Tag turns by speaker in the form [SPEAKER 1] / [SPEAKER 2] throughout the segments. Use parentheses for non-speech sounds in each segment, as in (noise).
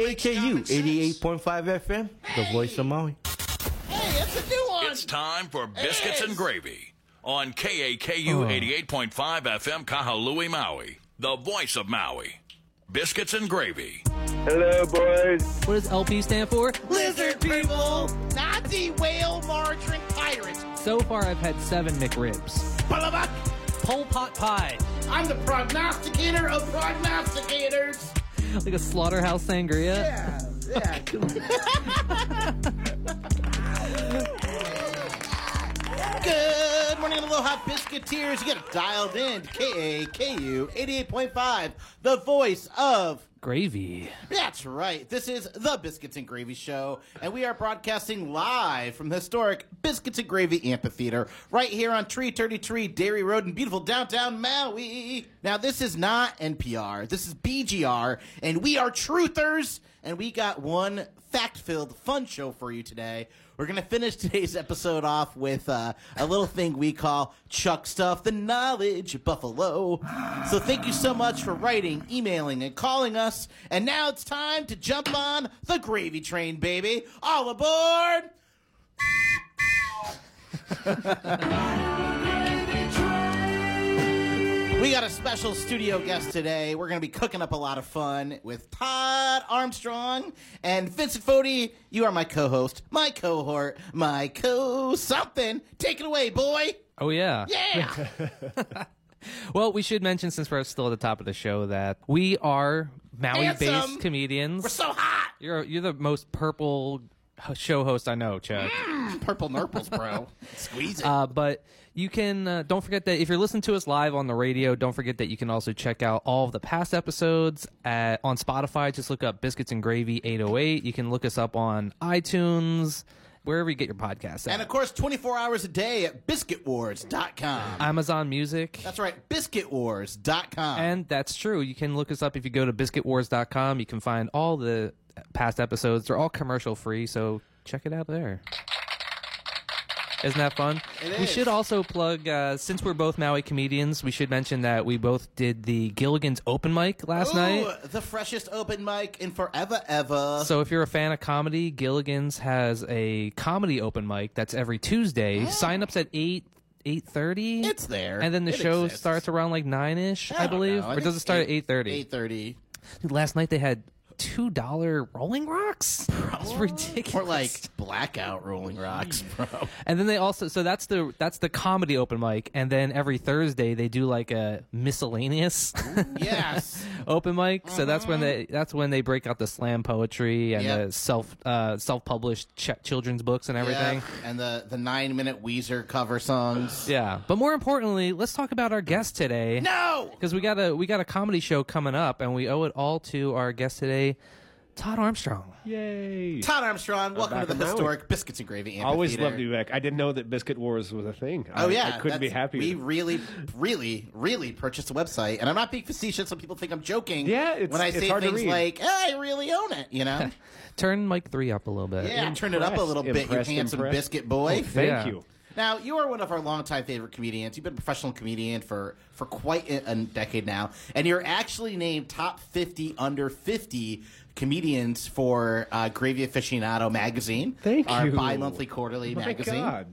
[SPEAKER 1] KAKU 88.5 FM, the voice of Maui.
[SPEAKER 2] Hey, that's a new one.
[SPEAKER 3] It's time for Biscuits and Gravy on KAKU
[SPEAKER 2] Oh.
[SPEAKER 3] 88.5 FM Kahului, Maui, the voice of Maui. Biscuits and Gravy.
[SPEAKER 4] Hello, boys.
[SPEAKER 5] What does LP stand for?
[SPEAKER 2] Lizard people, Nazi whale margarine pirates.
[SPEAKER 5] So far, I've had seven McRibs.
[SPEAKER 2] Bullabuck,
[SPEAKER 5] Pol Pot Pie,
[SPEAKER 2] I'm the prognosticator of prognosticators.
[SPEAKER 5] like a slaughterhouse sangria.
[SPEAKER 2] Yeah, yeah. Good morning, Aloha Biscuiteers. You got it dialed in to KAKU 88.5, the voice of
[SPEAKER 5] Gravy.
[SPEAKER 2] That's right. This is the Biscuits and Gravy Show, and we are broadcasting live from the historic Biscuits and Gravy Amphitheater right here on Tree 33 Dairy Road in beautiful downtown Maui. Now, this is not NPR, this is BGR, and we are truthers, and we got one fact filled, fun show for you today. We're going to finish today's episode off with uh, a little thing we call Chuck Stuff the Knowledge Buffalo. So thank you so much for writing, emailing, and calling us. And now it's time to jump on the gravy train, baby. All aboard! We got a special studio guest today. We're going to be cooking up a lot of fun with Todd Armstrong and Vincent Fodi. You are my co host, my cohort, my co something. Take it away, boy.
[SPEAKER 5] Oh, yeah.
[SPEAKER 2] Yeah.
[SPEAKER 5] Well, we should mention, since we're still at the top of the show, that we are Maui
[SPEAKER 2] Handsome.
[SPEAKER 5] based comedians.
[SPEAKER 2] We're so hot.
[SPEAKER 5] you're, you're the most purple h- show host I know, Chuck.
[SPEAKER 2] Purple nurples, bro. Squeeze it.
[SPEAKER 5] Uh, but you can uh, don't forget that if you're listening to us live on the radio, don't forget that you can also check out all of the past episodes at, on Spotify. Just look up Biscuits and Gravy 808. You can look us up on iTunes, wherever you get your podcasts.
[SPEAKER 2] and
[SPEAKER 5] At.
[SPEAKER 2] of course, 24 hours a day at biscuitwars.com.
[SPEAKER 5] Amazon Music.
[SPEAKER 2] That's right, biscuitwars.com.
[SPEAKER 5] And that's true. You can look us up if you go to biscuitwars.com. You can find all the past episodes. They're all commercial free, so check it out there. Isn't that fun?
[SPEAKER 2] It
[SPEAKER 5] we
[SPEAKER 2] is.
[SPEAKER 5] should also plug, uh, since we're both Maui comedians, we should mention that we both did the Gilligan's open mic last
[SPEAKER 2] Ooh,
[SPEAKER 5] night.
[SPEAKER 2] the freshest open mic in forever, ever.
[SPEAKER 5] So if you're a fan of comedy, Gilligan's has a comedy open mic that's every Tuesday. Sign ups at 8 8.30
[SPEAKER 2] It's there.
[SPEAKER 5] and then the
[SPEAKER 2] It
[SPEAKER 5] show
[SPEAKER 2] exists.
[SPEAKER 5] starts around like 9ish i,
[SPEAKER 2] don't
[SPEAKER 5] believe
[SPEAKER 2] know.
[SPEAKER 5] or
[SPEAKER 2] think
[SPEAKER 5] does it start
[SPEAKER 2] eight-
[SPEAKER 5] at 8.30
[SPEAKER 2] 8.30.
[SPEAKER 5] Dude, last night they had two dollar Rolling Rocks. (laughs) It's ridiculous.
[SPEAKER 2] Or like
[SPEAKER 5] (laughs)
[SPEAKER 2] blackout rolling rocks, bro.
[SPEAKER 5] and then they also so that's the that's the comedy open mic, and then every Thursday they do like a miscellaneous (laughs)
[SPEAKER 2] yes.
[SPEAKER 5] open mic. So that's when
[SPEAKER 2] Mm-hmm.
[SPEAKER 5] they that's when they break out the slam poetry and
[SPEAKER 2] Yep.
[SPEAKER 5] the self uh, self published ch- children's books and everything.
[SPEAKER 2] Yeah. And the, the nine minute Weezer cover songs.
[SPEAKER 5] Yeah, but more importantly, let's talk about our guest today.
[SPEAKER 2] No!
[SPEAKER 5] Because we got a we got a comedy show coming up, and we owe it all to our guest today, Todd Armstrong.
[SPEAKER 6] Yay!
[SPEAKER 2] Todd Armstrong, welcome to
[SPEAKER 6] back
[SPEAKER 2] the
[SPEAKER 6] in Maui.
[SPEAKER 2] historic Biscuits and Gravy Amphitheater.
[SPEAKER 6] Always love to be back. I didn't know that Biscuit Wars was a thing.
[SPEAKER 2] Oh
[SPEAKER 6] I,
[SPEAKER 2] yeah,
[SPEAKER 6] I couldn't be
[SPEAKER 2] that's-
[SPEAKER 6] happier.
[SPEAKER 2] We really, really, really purchased a website, and I'm not being facetious. Some people think I'm joking.
[SPEAKER 6] Yeah, it's-
[SPEAKER 2] when I
[SPEAKER 6] it's
[SPEAKER 2] say
[SPEAKER 6] hard to
[SPEAKER 2] things
[SPEAKER 6] read.
[SPEAKER 2] like, "Eh, "I really own it," you
[SPEAKER 6] (laughs)
[SPEAKER 2] know.
[SPEAKER 5] Turn mic three up a little bit.
[SPEAKER 2] yeah, turn it up a little bit, you
[SPEAKER 6] impressed,
[SPEAKER 2] handsome
[SPEAKER 6] impressed. Oh,
[SPEAKER 2] biscuit boy.
[SPEAKER 6] Thank
[SPEAKER 5] Yeah.
[SPEAKER 6] you.
[SPEAKER 2] Now, you are one of our longtime favorite comedians. You've been a professional comedian for, for quite a, a decade now, and you're actually named top 50 under 50 comedians for uh, Gravy Aficionado magazine.
[SPEAKER 6] Thank
[SPEAKER 2] our
[SPEAKER 6] you. Oh
[SPEAKER 2] bi monthly quarterly
[SPEAKER 6] My
[SPEAKER 2] magazine.
[SPEAKER 6] God.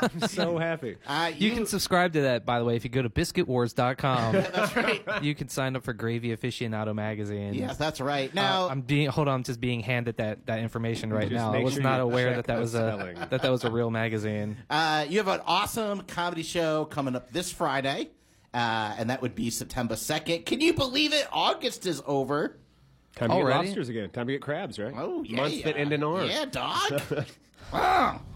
[SPEAKER 6] I'm
[SPEAKER 2] (laughs)
[SPEAKER 6] so happy.
[SPEAKER 2] Uh,
[SPEAKER 5] You can subscribe to that, by the way, if you go
[SPEAKER 6] (laughs)
[SPEAKER 5] to biscuitwars.com.
[SPEAKER 2] That's right.
[SPEAKER 5] (laughs) you can sign up for Gravy Aficionado magazine.
[SPEAKER 2] Yes, that's right.
[SPEAKER 5] Uh,
[SPEAKER 2] Now,
[SPEAKER 5] I'm being hold on, I'm just being handed that, that information right
[SPEAKER 6] Just
[SPEAKER 5] now. I
[SPEAKER 6] make
[SPEAKER 5] was
[SPEAKER 6] sure
[SPEAKER 5] not
[SPEAKER 6] you
[SPEAKER 5] aware
[SPEAKER 6] check
[SPEAKER 5] that that
[SPEAKER 6] the
[SPEAKER 5] was a
[SPEAKER 6] spelling.
[SPEAKER 5] (laughs) that that was a
[SPEAKER 6] (laughs)
[SPEAKER 5] real magazine.
[SPEAKER 2] Uh, you have an awesome comedy show coming up this Friday, uh, and that would be September 2nd. Can you believe it? August is over.
[SPEAKER 6] Time to
[SPEAKER 5] Already?
[SPEAKER 6] get lobsters again. Time to get crabs, right?
[SPEAKER 2] Oh, yeah.
[SPEAKER 6] Months that end in R.
[SPEAKER 2] Yeah,
[SPEAKER 6] (laughs)
[SPEAKER 2] dog.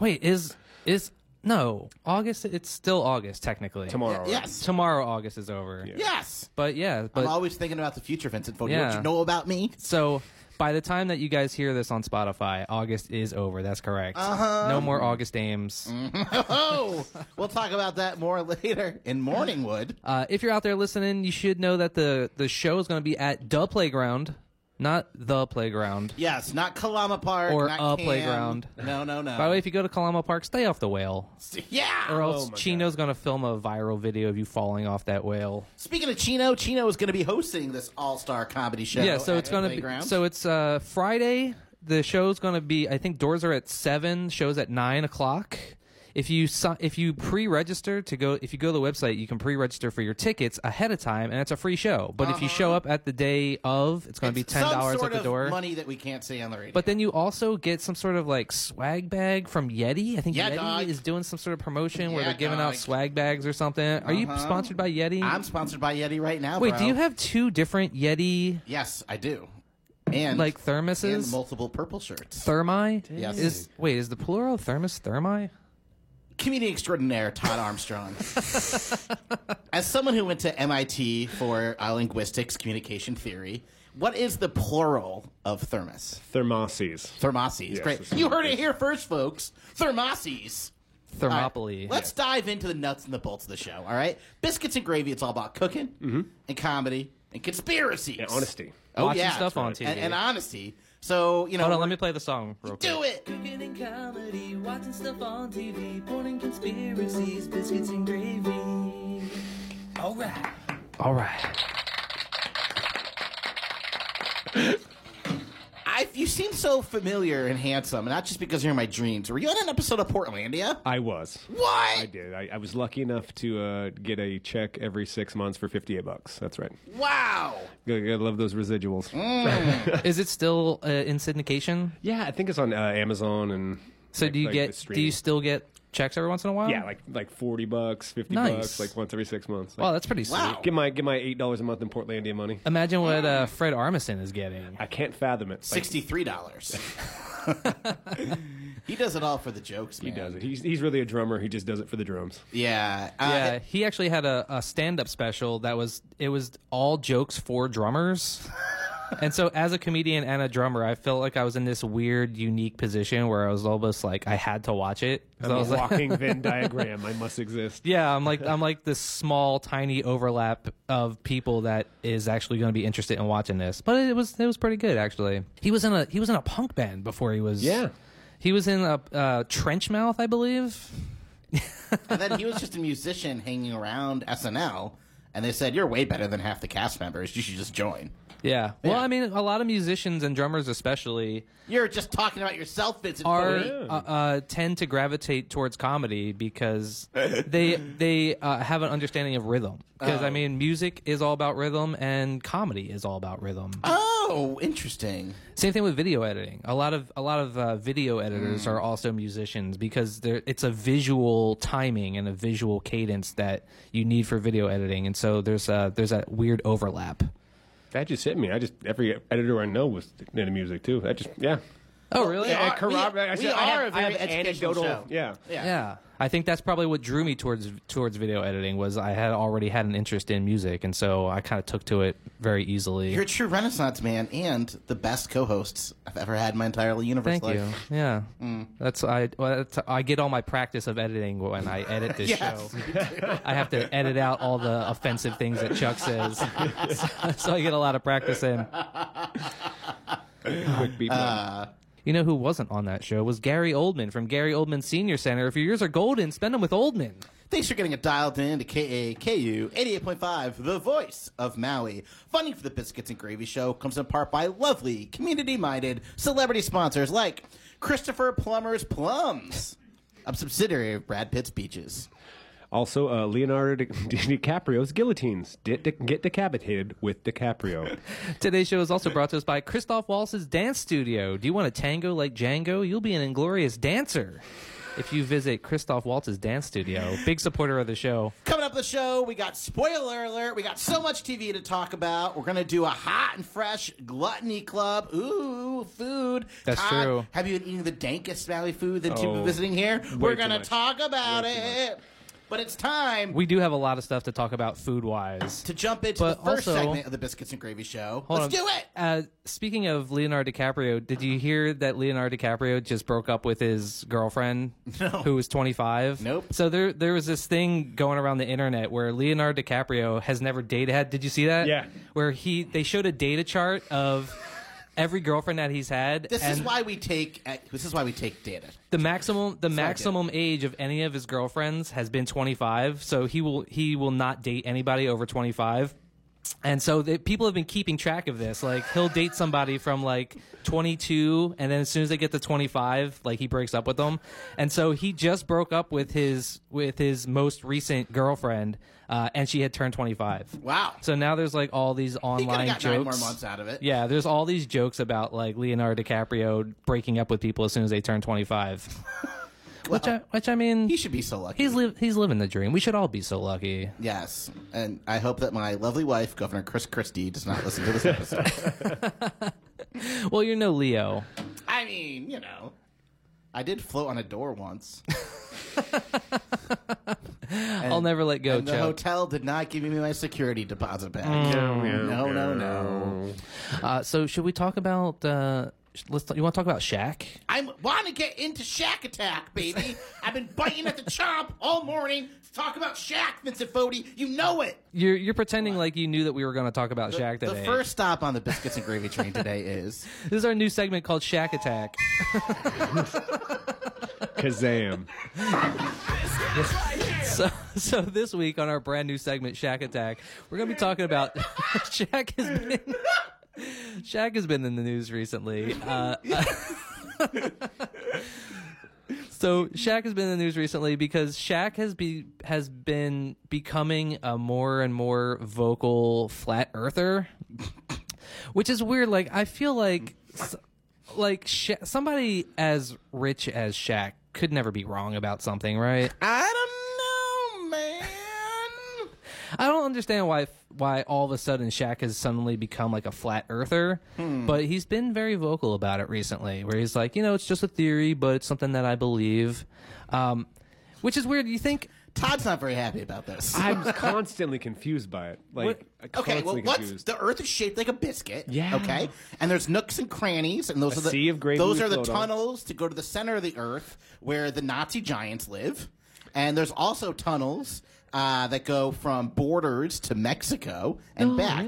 [SPEAKER 5] Wait, is is no August? It's still August technically.
[SPEAKER 6] Tomorrow.
[SPEAKER 2] yes.
[SPEAKER 5] Tomorrow August is over.
[SPEAKER 2] Yes.
[SPEAKER 5] But yeah,
[SPEAKER 2] I'm
[SPEAKER 5] but
[SPEAKER 2] always thinking about the future, Vincent Fogarty. What
[SPEAKER 5] Yeah.
[SPEAKER 2] you know about
[SPEAKER 5] (laughs)
[SPEAKER 2] me?
[SPEAKER 5] so. By the time that you guys hear this on Spotify, August is over. That's correct. Uh-huh. No more August Ames.
[SPEAKER 2] Oh, we'll talk about that more (laughs) later in Morningwood.
[SPEAKER 5] Uh, if you're out there listening, you should know that the the show is going to be at the playground not the playground.
[SPEAKER 2] Yes, not Kalama Park
[SPEAKER 5] Or
[SPEAKER 2] not
[SPEAKER 5] a
[SPEAKER 2] Cam.
[SPEAKER 5] playground.
[SPEAKER 2] No, no, no.
[SPEAKER 5] By the way, if you go to Kalama Park, stay off the whale,
[SPEAKER 2] yeah.
[SPEAKER 5] or else
[SPEAKER 6] Oh my God.
[SPEAKER 5] Chino's gonna film a viral video of you falling off that whale.
[SPEAKER 2] Speaking of Chino, Chino is going to be hosting this All Star Comedy Show.
[SPEAKER 5] yeah, so
[SPEAKER 2] at
[SPEAKER 5] it's gonna
[SPEAKER 2] Playground.
[SPEAKER 5] be so it's uh, Friday. The show's gonna be. I think doors are at seven. Shows at nine o'clock. If you si- if you pre-register to go, if you go to the website, you can pre-register for your tickets ahead of time, and it's a free show. But if you show up at the day of, it's gonna be
[SPEAKER 2] Uh-huh. It's
[SPEAKER 5] ten dollars
[SPEAKER 2] some sort
[SPEAKER 5] at the
[SPEAKER 2] of
[SPEAKER 5] door.
[SPEAKER 2] Money that we can't see on the radio.
[SPEAKER 5] But then you also get some sort of like swag bag from Yeti. I think
[SPEAKER 2] Yeah,
[SPEAKER 5] Yeti
[SPEAKER 2] dog.
[SPEAKER 5] is doing some sort of promotion where
[SPEAKER 2] Yeah,
[SPEAKER 5] they're giving
[SPEAKER 2] dog. Uh-huh.
[SPEAKER 5] out swag bags or something. Are you sponsored by Yeti?
[SPEAKER 2] I'm sponsored by Yeti right now.
[SPEAKER 5] Wait,
[SPEAKER 2] bro.
[SPEAKER 5] do you have two different Yeti
[SPEAKER 2] Yes, I do. And
[SPEAKER 5] like
[SPEAKER 2] and
[SPEAKER 5] thermoses?
[SPEAKER 2] multiple purple shirts.
[SPEAKER 5] thermi?
[SPEAKER 2] Yes.
[SPEAKER 5] Is wait, is the plural thermos thermi?
[SPEAKER 2] Comedian extraordinaire Todd Armstrong.
[SPEAKER 5] (laughs)
[SPEAKER 2] As someone who went to MIT for uh, linguistics, communication theory, what is the plural of thermos?
[SPEAKER 6] Thermoses.
[SPEAKER 2] Thermoses. Great.
[SPEAKER 6] it's
[SPEAKER 2] You heard it here first, folks. Thermoses. All right,
[SPEAKER 5] Thermopylae.
[SPEAKER 2] Let's dive into the nuts and the bolts of the show. All right, biscuits and gravy. It's all about cooking and comedy and conspiracies.
[SPEAKER 6] Yeah, honesty.
[SPEAKER 2] Oh
[SPEAKER 5] Watching
[SPEAKER 2] yeah,
[SPEAKER 5] stuff on TV.
[SPEAKER 2] and, and honesty. So you know,
[SPEAKER 5] Hold on, let
[SPEAKER 2] we're-
[SPEAKER 5] me play the song real quick.
[SPEAKER 2] do it.
[SPEAKER 4] Cooking and comedy, watching stuff on TV, porn and conspiracies, biscuits and gravy. All right.
[SPEAKER 5] All right.
[SPEAKER 2] (laughs) I, you seem so familiar and handsome, and not just because you're in my dreams. Were you on an episode of Portlandia?
[SPEAKER 6] I was.
[SPEAKER 2] What?
[SPEAKER 6] I did. I, I was lucky enough to uh, get a check every six months for 58 bucks. That's right.
[SPEAKER 2] Wow.
[SPEAKER 6] Gotta, gotta love those residuals.
[SPEAKER 2] Mm.
[SPEAKER 5] Is it still uh, in syndication?
[SPEAKER 6] Yeah, I think it's on uh, Amazon and.
[SPEAKER 5] So
[SPEAKER 6] like-
[SPEAKER 5] do you
[SPEAKER 6] like the
[SPEAKER 5] get do
[SPEAKER 6] streaming.
[SPEAKER 5] you still get checks every once in a while?
[SPEAKER 6] Yeah,
[SPEAKER 2] Oh.
[SPEAKER 6] like like forty bucks, fifty
[SPEAKER 5] Nice.
[SPEAKER 6] bucks, like once every six months.
[SPEAKER 5] Wow,
[SPEAKER 6] Like,
[SPEAKER 5] that's pretty sweet.
[SPEAKER 2] Wow.
[SPEAKER 6] get my get my eight dollars a month in Portlandia money.
[SPEAKER 5] Imagine what uh, Fred Armisen is getting.
[SPEAKER 6] I can't fathom it. Like,
[SPEAKER 2] Sixty-three
[SPEAKER 5] (laughs)
[SPEAKER 2] dollars. he does it all for the jokes,
[SPEAKER 6] he
[SPEAKER 2] man.
[SPEAKER 6] does it. He's he's really a drummer. He just does it for the drums.
[SPEAKER 2] Yeah. Uh,
[SPEAKER 5] Yeah, he actually had a, a stand-up special that was it was all jokes for drummers. and so as a comedian and a drummer, I felt like I was in this weird unique position where I was almost like I had to watch it. 'Cause
[SPEAKER 6] I'm
[SPEAKER 5] I
[SPEAKER 6] a
[SPEAKER 5] was like,
[SPEAKER 6] walking Venn diagram. I must exist.
[SPEAKER 5] (laughs) yeah, I'm like I'm like this small tiny overlap of people that is actually going to be interested in watching this. But it was it was pretty good actually. He was in a he was in a punk band before he was
[SPEAKER 6] Yeah.
[SPEAKER 5] He was in a uh, Trenchmouth, I believe.
[SPEAKER 2] and then he was just a musician hanging around SNL, and they said, "You're way better than half the cast members. You should just join."
[SPEAKER 5] Yeah. Well,
[SPEAKER 2] Yeah.
[SPEAKER 5] I mean, a lot of musicians and drummers, especially,
[SPEAKER 2] You're just talking about yourself, Vincent.
[SPEAKER 5] are
[SPEAKER 2] Foley.
[SPEAKER 5] uh, uh, tend to gravitate towards comedy because they they uh, have an understanding of rhythm. Because I mean, music is all about rhythm, and comedy is all about rhythm.
[SPEAKER 2] Oh, interesting.
[SPEAKER 5] Same thing with video editing. A lot of a lot of uh, video editors are also musicians because they're- it's a visual timing and a visual cadence that you need for video editing, and so there's a there's that weird overlap.
[SPEAKER 6] (laughs) That just hit me. I just every editor I know was into music too. That just yeah.
[SPEAKER 5] Oh, really?
[SPEAKER 2] Yeah,
[SPEAKER 6] I corroborate- Uh, I
[SPEAKER 2] we
[SPEAKER 6] said- I
[SPEAKER 2] are
[SPEAKER 6] have-
[SPEAKER 2] a very
[SPEAKER 6] I have
[SPEAKER 2] educational
[SPEAKER 6] anecdotal-
[SPEAKER 2] show.
[SPEAKER 6] Yeah.
[SPEAKER 5] Yeah. I think that's probably what drew me towards towards video editing was I had already had an interest in music and so I kind of took to it very easily.
[SPEAKER 2] You're a true renaissance man and the best co-hosts I've ever had in my entire universe
[SPEAKER 5] Thank
[SPEAKER 2] life. Mm.
[SPEAKER 5] you. Yeah. That's I well, that's, I get all my practice of editing when I edit
[SPEAKER 2] (laughs)
[SPEAKER 5] this
[SPEAKER 2] Yes.
[SPEAKER 5] show. I have to edit out all the offensive things that
[SPEAKER 2] (laughs)
[SPEAKER 5] Chuck says. (laughs) so I get a lot of practice in.
[SPEAKER 6] Quick beat.
[SPEAKER 5] You know who wasn't on that show was Gary Oldman from Gary Oldman Senior Center. If your years are golden, spend them with Oldman.
[SPEAKER 2] Thanks for getting it dialed in to KAKU 88.5, the voice of Maui. Funding for the Biscuits and Gravy Show comes in part by lovely, community minded celebrity sponsors like Christopher Plummer's Plums, a subsidiary of Brad Pitt's Beaches.
[SPEAKER 6] also, uh, Leonardo Di- (laughs) DiCaprio's guillotines. Di- di- get decapitated with DiCaprio. (laughs)
[SPEAKER 5] Today's show is also brought to us by Christoph Waltz's Dance Studio. Do you want a tango like Django? You'll be an inglorious dancer if you visit Christoph Waltz's Dance Studio. Big supporter of the show.
[SPEAKER 2] Coming up the show, we got spoiler alert. We got so much TV to talk about. We're gonna do a hot and fresh gluttony club. Ooh, food.
[SPEAKER 5] That's
[SPEAKER 2] Todd,
[SPEAKER 5] true.
[SPEAKER 2] Have you been eating the dankest Valley food that you've been
[SPEAKER 6] Oh,
[SPEAKER 2] visiting here? We're
[SPEAKER 6] too
[SPEAKER 2] gonna
[SPEAKER 6] much.
[SPEAKER 2] talk about it. But it's time
[SPEAKER 5] We do have a lot of stuff to talk about food wise.
[SPEAKER 2] to jump into the
[SPEAKER 5] But
[SPEAKER 2] first
[SPEAKER 5] also-
[SPEAKER 2] segment of the Biscuits and Gravy Show. Let's do it.
[SPEAKER 5] Uh, speaking of Leonardo DiCaprio, did you hear that Leonardo DiCaprio just broke up with his
[SPEAKER 2] (laughs)
[SPEAKER 5] girlfriend, who was 25?
[SPEAKER 2] Nope.
[SPEAKER 5] So there, there was this thing going around the internet where Leonardo DiCaprio has never dated. Had did you see that?
[SPEAKER 6] Yeah.
[SPEAKER 5] Where he they showed a data chart of every girlfriend that he's had.
[SPEAKER 2] This is
[SPEAKER 5] and
[SPEAKER 2] why we take uh, this is why we take data.
[SPEAKER 5] the maximum the
[SPEAKER 2] get it.
[SPEAKER 5] maximum age of any of his girlfriends has been 25. So he will he will not date anybody over 25. And so the, people have been keeping track of this. Like he'll date somebody from like 22, and then as soon as they get to 25, like he breaks up with them. And so he just broke up with his with his most recent girlfriend, uh, and she had turned 25.
[SPEAKER 2] Wow.
[SPEAKER 5] So now there's like all these
[SPEAKER 2] He could have
[SPEAKER 5] online
[SPEAKER 2] got
[SPEAKER 5] jokes.
[SPEAKER 2] nine more months out of it.
[SPEAKER 5] Yeah, there's all these jokes about like Leonardo DiCaprio breaking up with people as soon as they
[SPEAKER 2] (laughs)
[SPEAKER 5] turn 25. which I which I mean,
[SPEAKER 2] He should be so lucky.
[SPEAKER 5] he's li- he's living the dream. We should all be so lucky.
[SPEAKER 2] yes. And I hope that my lovely wife, Governor Chris Christie, does not listen to
[SPEAKER 5] (laughs)
[SPEAKER 2] this episode.
[SPEAKER 5] Well, you're no Leo.
[SPEAKER 2] I mean, you know. I did float on a door once.
[SPEAKER 5] I'll never let go,
[SPEAKER 2] And the
[SPEAKER 5] Chuck.
[SPEAKER 2] hotel did not give me my security deposit back. No, no, no.
[SPEAKER 5] uh, so should we talk about uh sh- let's talk, you want to talk about Shaq?
[SPEAKER 2] I want to get into Shack Attack, baby. I've been biting at the chomp all morning to talk about Shack, Vincent Fodi. You know it.
[SPEAKER 5] You're you're pretending like you knew that we were going to talk about Shaq
[SPEAKER 2] The
[SPEAKER 5] today.
[SPEAKER 2] first stop on the biscuits and gravy train today is
[SPEAKER 5] This is our new segment called Shaq Attack.
[SPEAKER 6] Kazam.
[SPEAKER 5] (laughs) So, so this week on our brand new segment, Shaq Attack, we're going to be talking about (laughs) Shaq has been (laughs) Shaq has been in the news recently. Uh, (laughs) so Shaq has been in the news recently because Shaq has be has been becoming a more and more vocal flat earther, which is weird. Like I feel like s- like Sha somebody as rich as Shaq could never be wrong about something, right?
[SPEAKER 2] I don't know, man.
[SPEAKER 5] I don't understand why why all of a sudden Shaq has suddenly become like a flat earther, but he's been very vocal about it recently, where he's like, you know, it's just a theory, but it's something that I believe, um, which is weird. You think
[SPEAKER 2] Todd's not very happy about this.
[SPEAKER 6] I'm (laughs) constantly confused by it. Like,
[SPEAKER 2] okay, well,
[SPEAKER 6] constantly
[SPEAKER 2] what's
[SPEAKER 6] confused.
[SPEAKER 2] the Earth is shaped like a biscuit.
[SPEAKER 6] Yeah.
[SPEAKER 2] Okay, and there's nooks and crannies, and those
[SPEAKER 6] A
[SPEAKER 2] are the
[SPEAKER 6] sea of gravy
[SPEAKER 2] those
[SPEAKER 6] we
[SPEAKER 2] are the
[SPEAKER 6] float on.
[SPEAKER 2] tunnels to go to the center of the Earth where the Nazi giants live, and there's also tunnels uh, that go from borders to Mexico and
[SPEAKER 6] Oh,
[SPEAKER 2] back.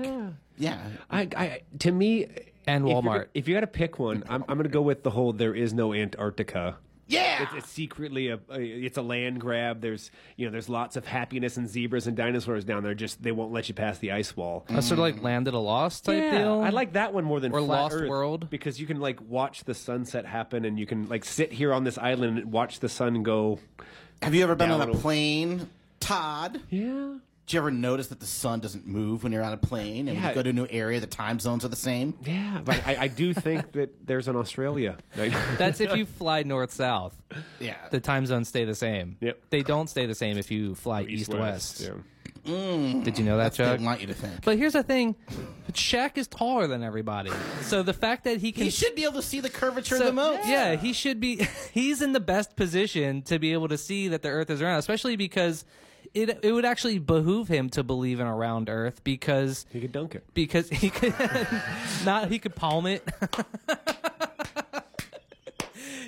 [SPEAKER 2] Yeah.
[SPEAKER 6] I, I, to me,
[SPEAKER 5] And
[SPEAKER 6] if you're
[SPEAKER 5] Walmart.
[SPEAKER 6] go- If you got to pick one, I'm, I'm going to go with the whole "there is no Antarctica."
[SPEAKER 2] Yeah!
[SPEAKER 6] it's, it's secretly a, a it's a land grab. There's you know there's lots of happiness and zebras and dinosaurs down there. Just they won't let you pass the ice wall.
[SPEAKER 5] that's sort of like landed a loss type deal.
[SPEAKER 6] I like that one more than
[SPEAKER 5] Or
[SPEAKER 6] Flat
[SPEAKER 5] Lost
[SPEAKER 6] Earth,
[SPEAKER 5] World.
[SPEAKER 6] because you can like watch the sunset happen and you can like sit here on this island and watch the sun go.
[SPEAKER 2] Have you ever been
[SPEAKER 6] Yeah,
[SPEAKER 2] on a
[SPEAKER 6] it'll-
[SPEAKER 2] plane, Todd?
[SPEAKER 6] Yeah,
[SPEAKER 2] Did you ever notice that the sun doesn't move when you're on a plane, and when
[SPEAKER 6] Yeah.
[SPEAKER 2] you go to a new area, the time zones are the same?
[SPEAKER 6] yeah. But I, I do think that there's an Australia.
[SPEAKER 5] (laughs) that's if you fly north south.
[SPEAKER 2] Yeah.
[SPEAKER 5] The time zones stay the same.
[SPEAKER 6] Yep.
[SPEAKER 5] They don't stay the same if you fly east west. Did you know that,
[SPEAKER 2] That's what
[SPEAKER 5] Chuck?
[SPEAKER 2] I want you to think.
[SPEAKER 5] But here's the thing, Shaq is taller than everybody. So the fact that he can
[SPEAKER 2] you should be able to see the curvature of the
[SPEAKER 5] So,
[SPEAKER 2] moat.
[SPEAKER 5] Yeah, he should be. (laughs) He's in the best position to be able to see that the Earth is round, especially because it it would actually behoove him to believe in a round Earth because
[SPEAKER 6] He could dunk it.
[SPEAKER 5] because he could (laughs) not he could palm it. (laughs)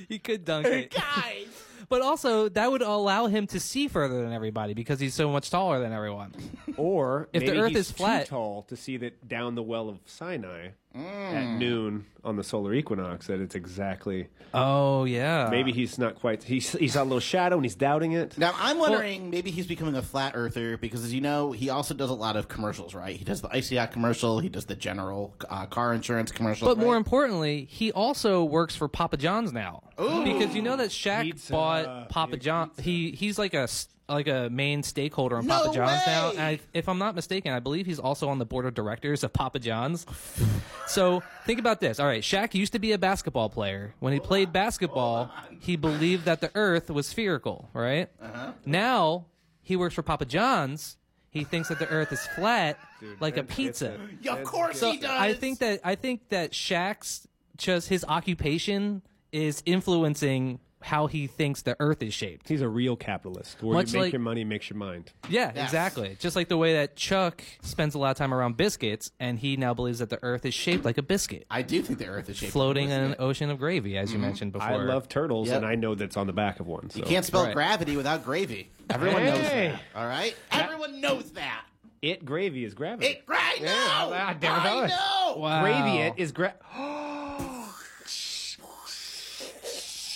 [SPEAKER 5] he could dunk it,
[SPEAKER 2] Guys.
[SPEAKER 5] but also that would allow him to see further than everybody because he's so much taller than everyone.
[SPEAKER 6] Or
[SPEAKER 5] If the
[SPEAKER 6] maybe
[SPEAKER 5] Earth
[SPEAKER 6] he's
[SPEAKER 5] is flat-
[SPEAKER 6] too tall to see that down the well of Sinai
[SPEAKER 2] Mm.
[SPEAKER 6] at noon on the solar equinox, that it's exactly.
[SPEAKER 5] Oh yeah,
[SPEAKER 6] Maybe he's not quite. He's he saw a little shadow and he's doubting it.
[SPEAKER 2] Now I'm wondering, maybe he's becoming a flat earther because, as you know, he also does a lot of commercials, right? He does the icy hot commercial, he does the general uh, car insurance commercial.
[SPEAKER 5] But more
[SPEAKER 2] right?
[SPEAKER 5] importantly, he also works for Papa John's now. because you know that Shaq
[SPEAKER 6] Pizza.
[SPEAKER 5] bought Papa John. He he's like a s- like a main stakeholder on
[SPEAKER 2] No
[SPEAKER 5] Papa John's now.
[SPEAKER 2] way!
[SPEAKER 5] And I, if I'm not mistaken, I believe he's also on the board of directors of Papa John's. (laughs) so think about this. All right, Shaq used to be a basketball player. When he played basketball, he believed that the Earth was spherical. Right
[SPEAKER 2] Uh-huh.
[SPEAKER 5] now, he works for Papa John's. He thinks that the Earth is flat, like a pizza.
[SPEAKER 2] Yeah, of course he does.
[SPEAKER 5] I think that I think that Shaq's just his occupation is influencing how he thinks the Earth is shaped.
[SPEAKER 6] He's a real capitalist. Where
[SPEAKER 5] Much
[SPEAKER 6] you make
[SPEAKER 5] like-
[SPEAKER 6] your money makes your mind.
[SPEAKER 5] Yeah,
[SPEAKER 2] Yes.
[SPEAKER 5] exactly. Just like the way that Chuck spends a lot of time around biscuits, and he now believes that the Earth is shaped like a biscuit,
[SPEAKER 2] I do think the Earth is shaped.
[SPEAKER 5] floating in
[SPEAKER 2] like a
[SPEAKER 5] an
[SPEAKER 2] biscuit.
[SPEAKER 5] ocean of gravy, as
[SPEAKER 2] Mm-hmm.
[SPEAKER 5] you mentioned before.
[SPEAKER 6] I love turtles,
[SPEAKER 2] Yep.
[SPEAKER 6] and I know that's on the back of one. So.
[SPEAKER 2] You can't spell
[SPEAKER 5] Right.
[SPEAKER 2] gravity without gravy. Everyone knows
[SPEAKER 6] Hey.
[SPEAKER 2] that. All right, everyone knows that.
[SPEAKER 6] It gravy is gravity.
[SPEAKER 2] It right
[SPEAKER 6] Yeah,
[SPEAKER 2] now.
[SPEAKER 6] I- I never
[SPEAKER 2] I
[SPEAKER 6] thought.
[SPEAKER 2] know.
[SPEAKER 5] Wow.
[SPEAKER 6] Gravy it is gra. (gasps)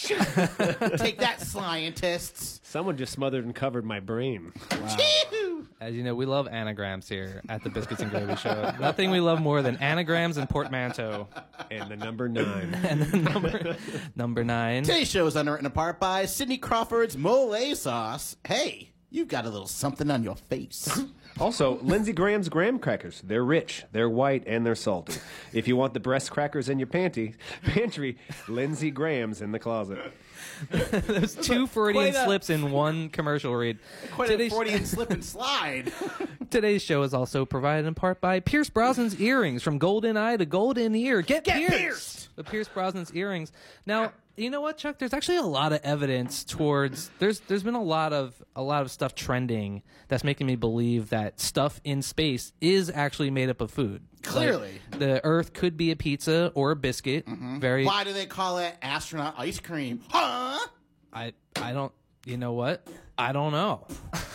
[SPEAKER 2] Take that,
[SPEAKER 5] (laughs)
[SPEAKER 2] scientists.
[SPEAKER 6] Someone just smothered and covered my brain.
[SPEAKER 2] Chee-hoo.
[SPEAKER 5] As you know, we love anagrams here at the Biscuits and Gravy Show. Nothing we love more than anagrams and portmanteau.
[SPEAKER 6] And the
[SPEAKER 2] (laughs)
[SPEAKER 6] number nine.
[SPEAKER 5] number, number nine.
[SPEAKER 2] Today's show is underwritten apart by Sidney Crawford's mole sauce. Hey, you've got a little something on your
[SPEAKER 5] (laughs)
[SPEAKER 2] face.
[SPEAKER 6] also, Lindsey Graham's graham crackers. They're rich, they're white, and they're salty. If you want the breast crackers in your panty, (laughs) pantry, Lindsey Graham's in the closet.
[SPEAKER 5] There's two Freudian
[SPEAKER 2] quite a-
[SPEAKER 5] slips in one commercial read.
[SPEAKER 2] Quite a
[SPEAKER 5] today's,
[SPEAKER 2] Freudian slip and
[SPEAKER 5] (laughs)
[SPEAKER 2] slide.
[SPEAKER 5] today's show is also provided in part by Pierce Brosnan's earrings from Golden Eye to Golden Ear. Get,
[SPEAKER 2] Get
[SPEAKER 5] pierced.
[SPEAKER 2] pierced!
[SPEAKER 5] The Pierce Brosnan's earrings. Now, you know what, Chuck? There's actually a lot of evidence towards there's there's been a lot of a lot of stuff trending that's making me believe that stuff in space is actually made up of food. Like,
[SPEAKER 2] Clearly.
[SPEAKER 5] the Earth could be a pizza or a biscuit. Very
[SPEAKER 2] Mm-hmm. Why do they call it astronaut ice cream? Huh?
[SPEAKER 5] I I don't you know what? I don't know. (laughs)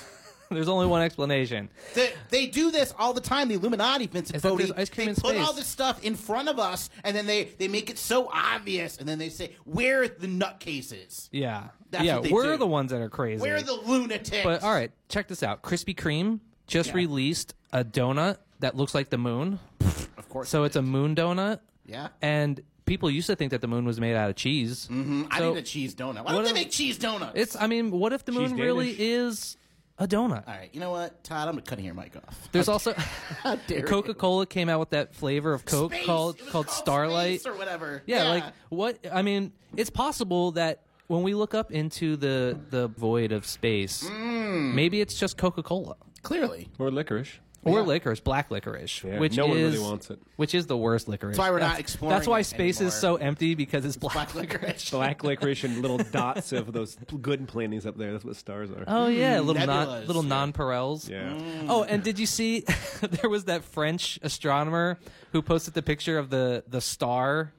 [SPEAKER 5] There's only one explanation.
[SPEAKER 2] They, they do this all the time. The Illuminati, Vincent
[SPEAKER 5] Is that
[SPEAKER 2] Bodie.
[SPEAKER 5] there's ice cream
[SPEAKER 2] they
[SPEAKER 5] in
[SPEAKER 2] put
[SPEAKER 5] space?
[SPEAKER 2] all this stuff in front of us, and then they, they make it so obvious, and then they say, "We're the nutcases.
[SPEAKER 5] Yeah.
[SPEAKER 2] That's
[SPEAKER 5] yeah,
[SPEAKER 2] what they
[SPEAKER 5] we're
[SPEAKER 2] do.
[SPEAKER 5] the ones that are crazy.
[SPEAKER 2] We're the lunatics."
[SPEAKER 5] But all right, check this out. Krispy Kreme just released a donut that looks like the moon.
[SPEAKER 2] of course.
[SPEAKER 5] So it's a moon donut.
[SPEAKER 2] Yeah.
[SPEAKER 5] And people used to think that the moon was made out of cheese. Mm-hmm.
[SPEAKER 2] I
[SPEAKER 5] so-
[SPEAKER 2] need a cheese donut. Why don't they
[SPEAKER 5] if-
[SPEAKER 2] make cheese donuts?
[SPEAKER 5] It's I mean, what if the moon
[SPEAKER 6] She's
[SPEAKER 5] really
[SPEAKER 6] Danish.
[SPEAKER 5] is a donut?
[SPEAKER 2] all right. You know what, Todd? I'm cutting your mic off.
[SPEAKER 5] There's also
[SPEAKER 2] How
[SPEAKER 5] (laughs)
[SPEAKER 2] dare you.
[SPEAKER 5] Coca-Cola came out with that flavor of Coke
[SPEAKER 2] Space!
[SPEAKER 5] called
[SPEAKER 2] It was
[SPEAKER 5] called Starlight.
[SPEAKER 2] Space or whatever.
[SPEAKER 5] yeah, like what i mean it's possible that when we look up into the the void of space
[SPEAKER 2] Mm.
[SPEAKER 5] maybe it's just coca-cola
[SPEAKER 2] clearly.
[SPEAKER 6] Or licorice.
[SPEAKER 5] or licorice black licorice
[SPEAKER 6] Yeah,
[SPEAKER 5] which
[SPEAKER 6] no one
[SPEAKER 5] is
[SPEAKER 6] really wants it.
[SPEAKER 5] which is the worst licorice
[SPEAKER 2] That's why we're not exploring
[SPEAKER 5] that's why
[SPEAKER 2] it
[SPEAKER 5] space
[SPEAKER 2] anymore.
[SPEAKER 5] is so empty because it's black,
[SPEAKER 2] Black
[SPEAKER 5] licorice
[SPEAKER 2] licorice.
[SPEAKER 6] Black licorice and little dots of those good plantings up there. That's what stars are.
[SPEAKER 5] (laughs) Oh yeah, little non,
[SPEAKER 2] nebulas,
[SPEAKER 5] little
[SPEAKER 2] Mm, yeah.
[SPEAKER 5] nonpareils.
[SPEAKER 6] Yeah.
[SPEAKER 5] Oh, and did you see? (laughs) there was that French astronomer who posted the picture of the the star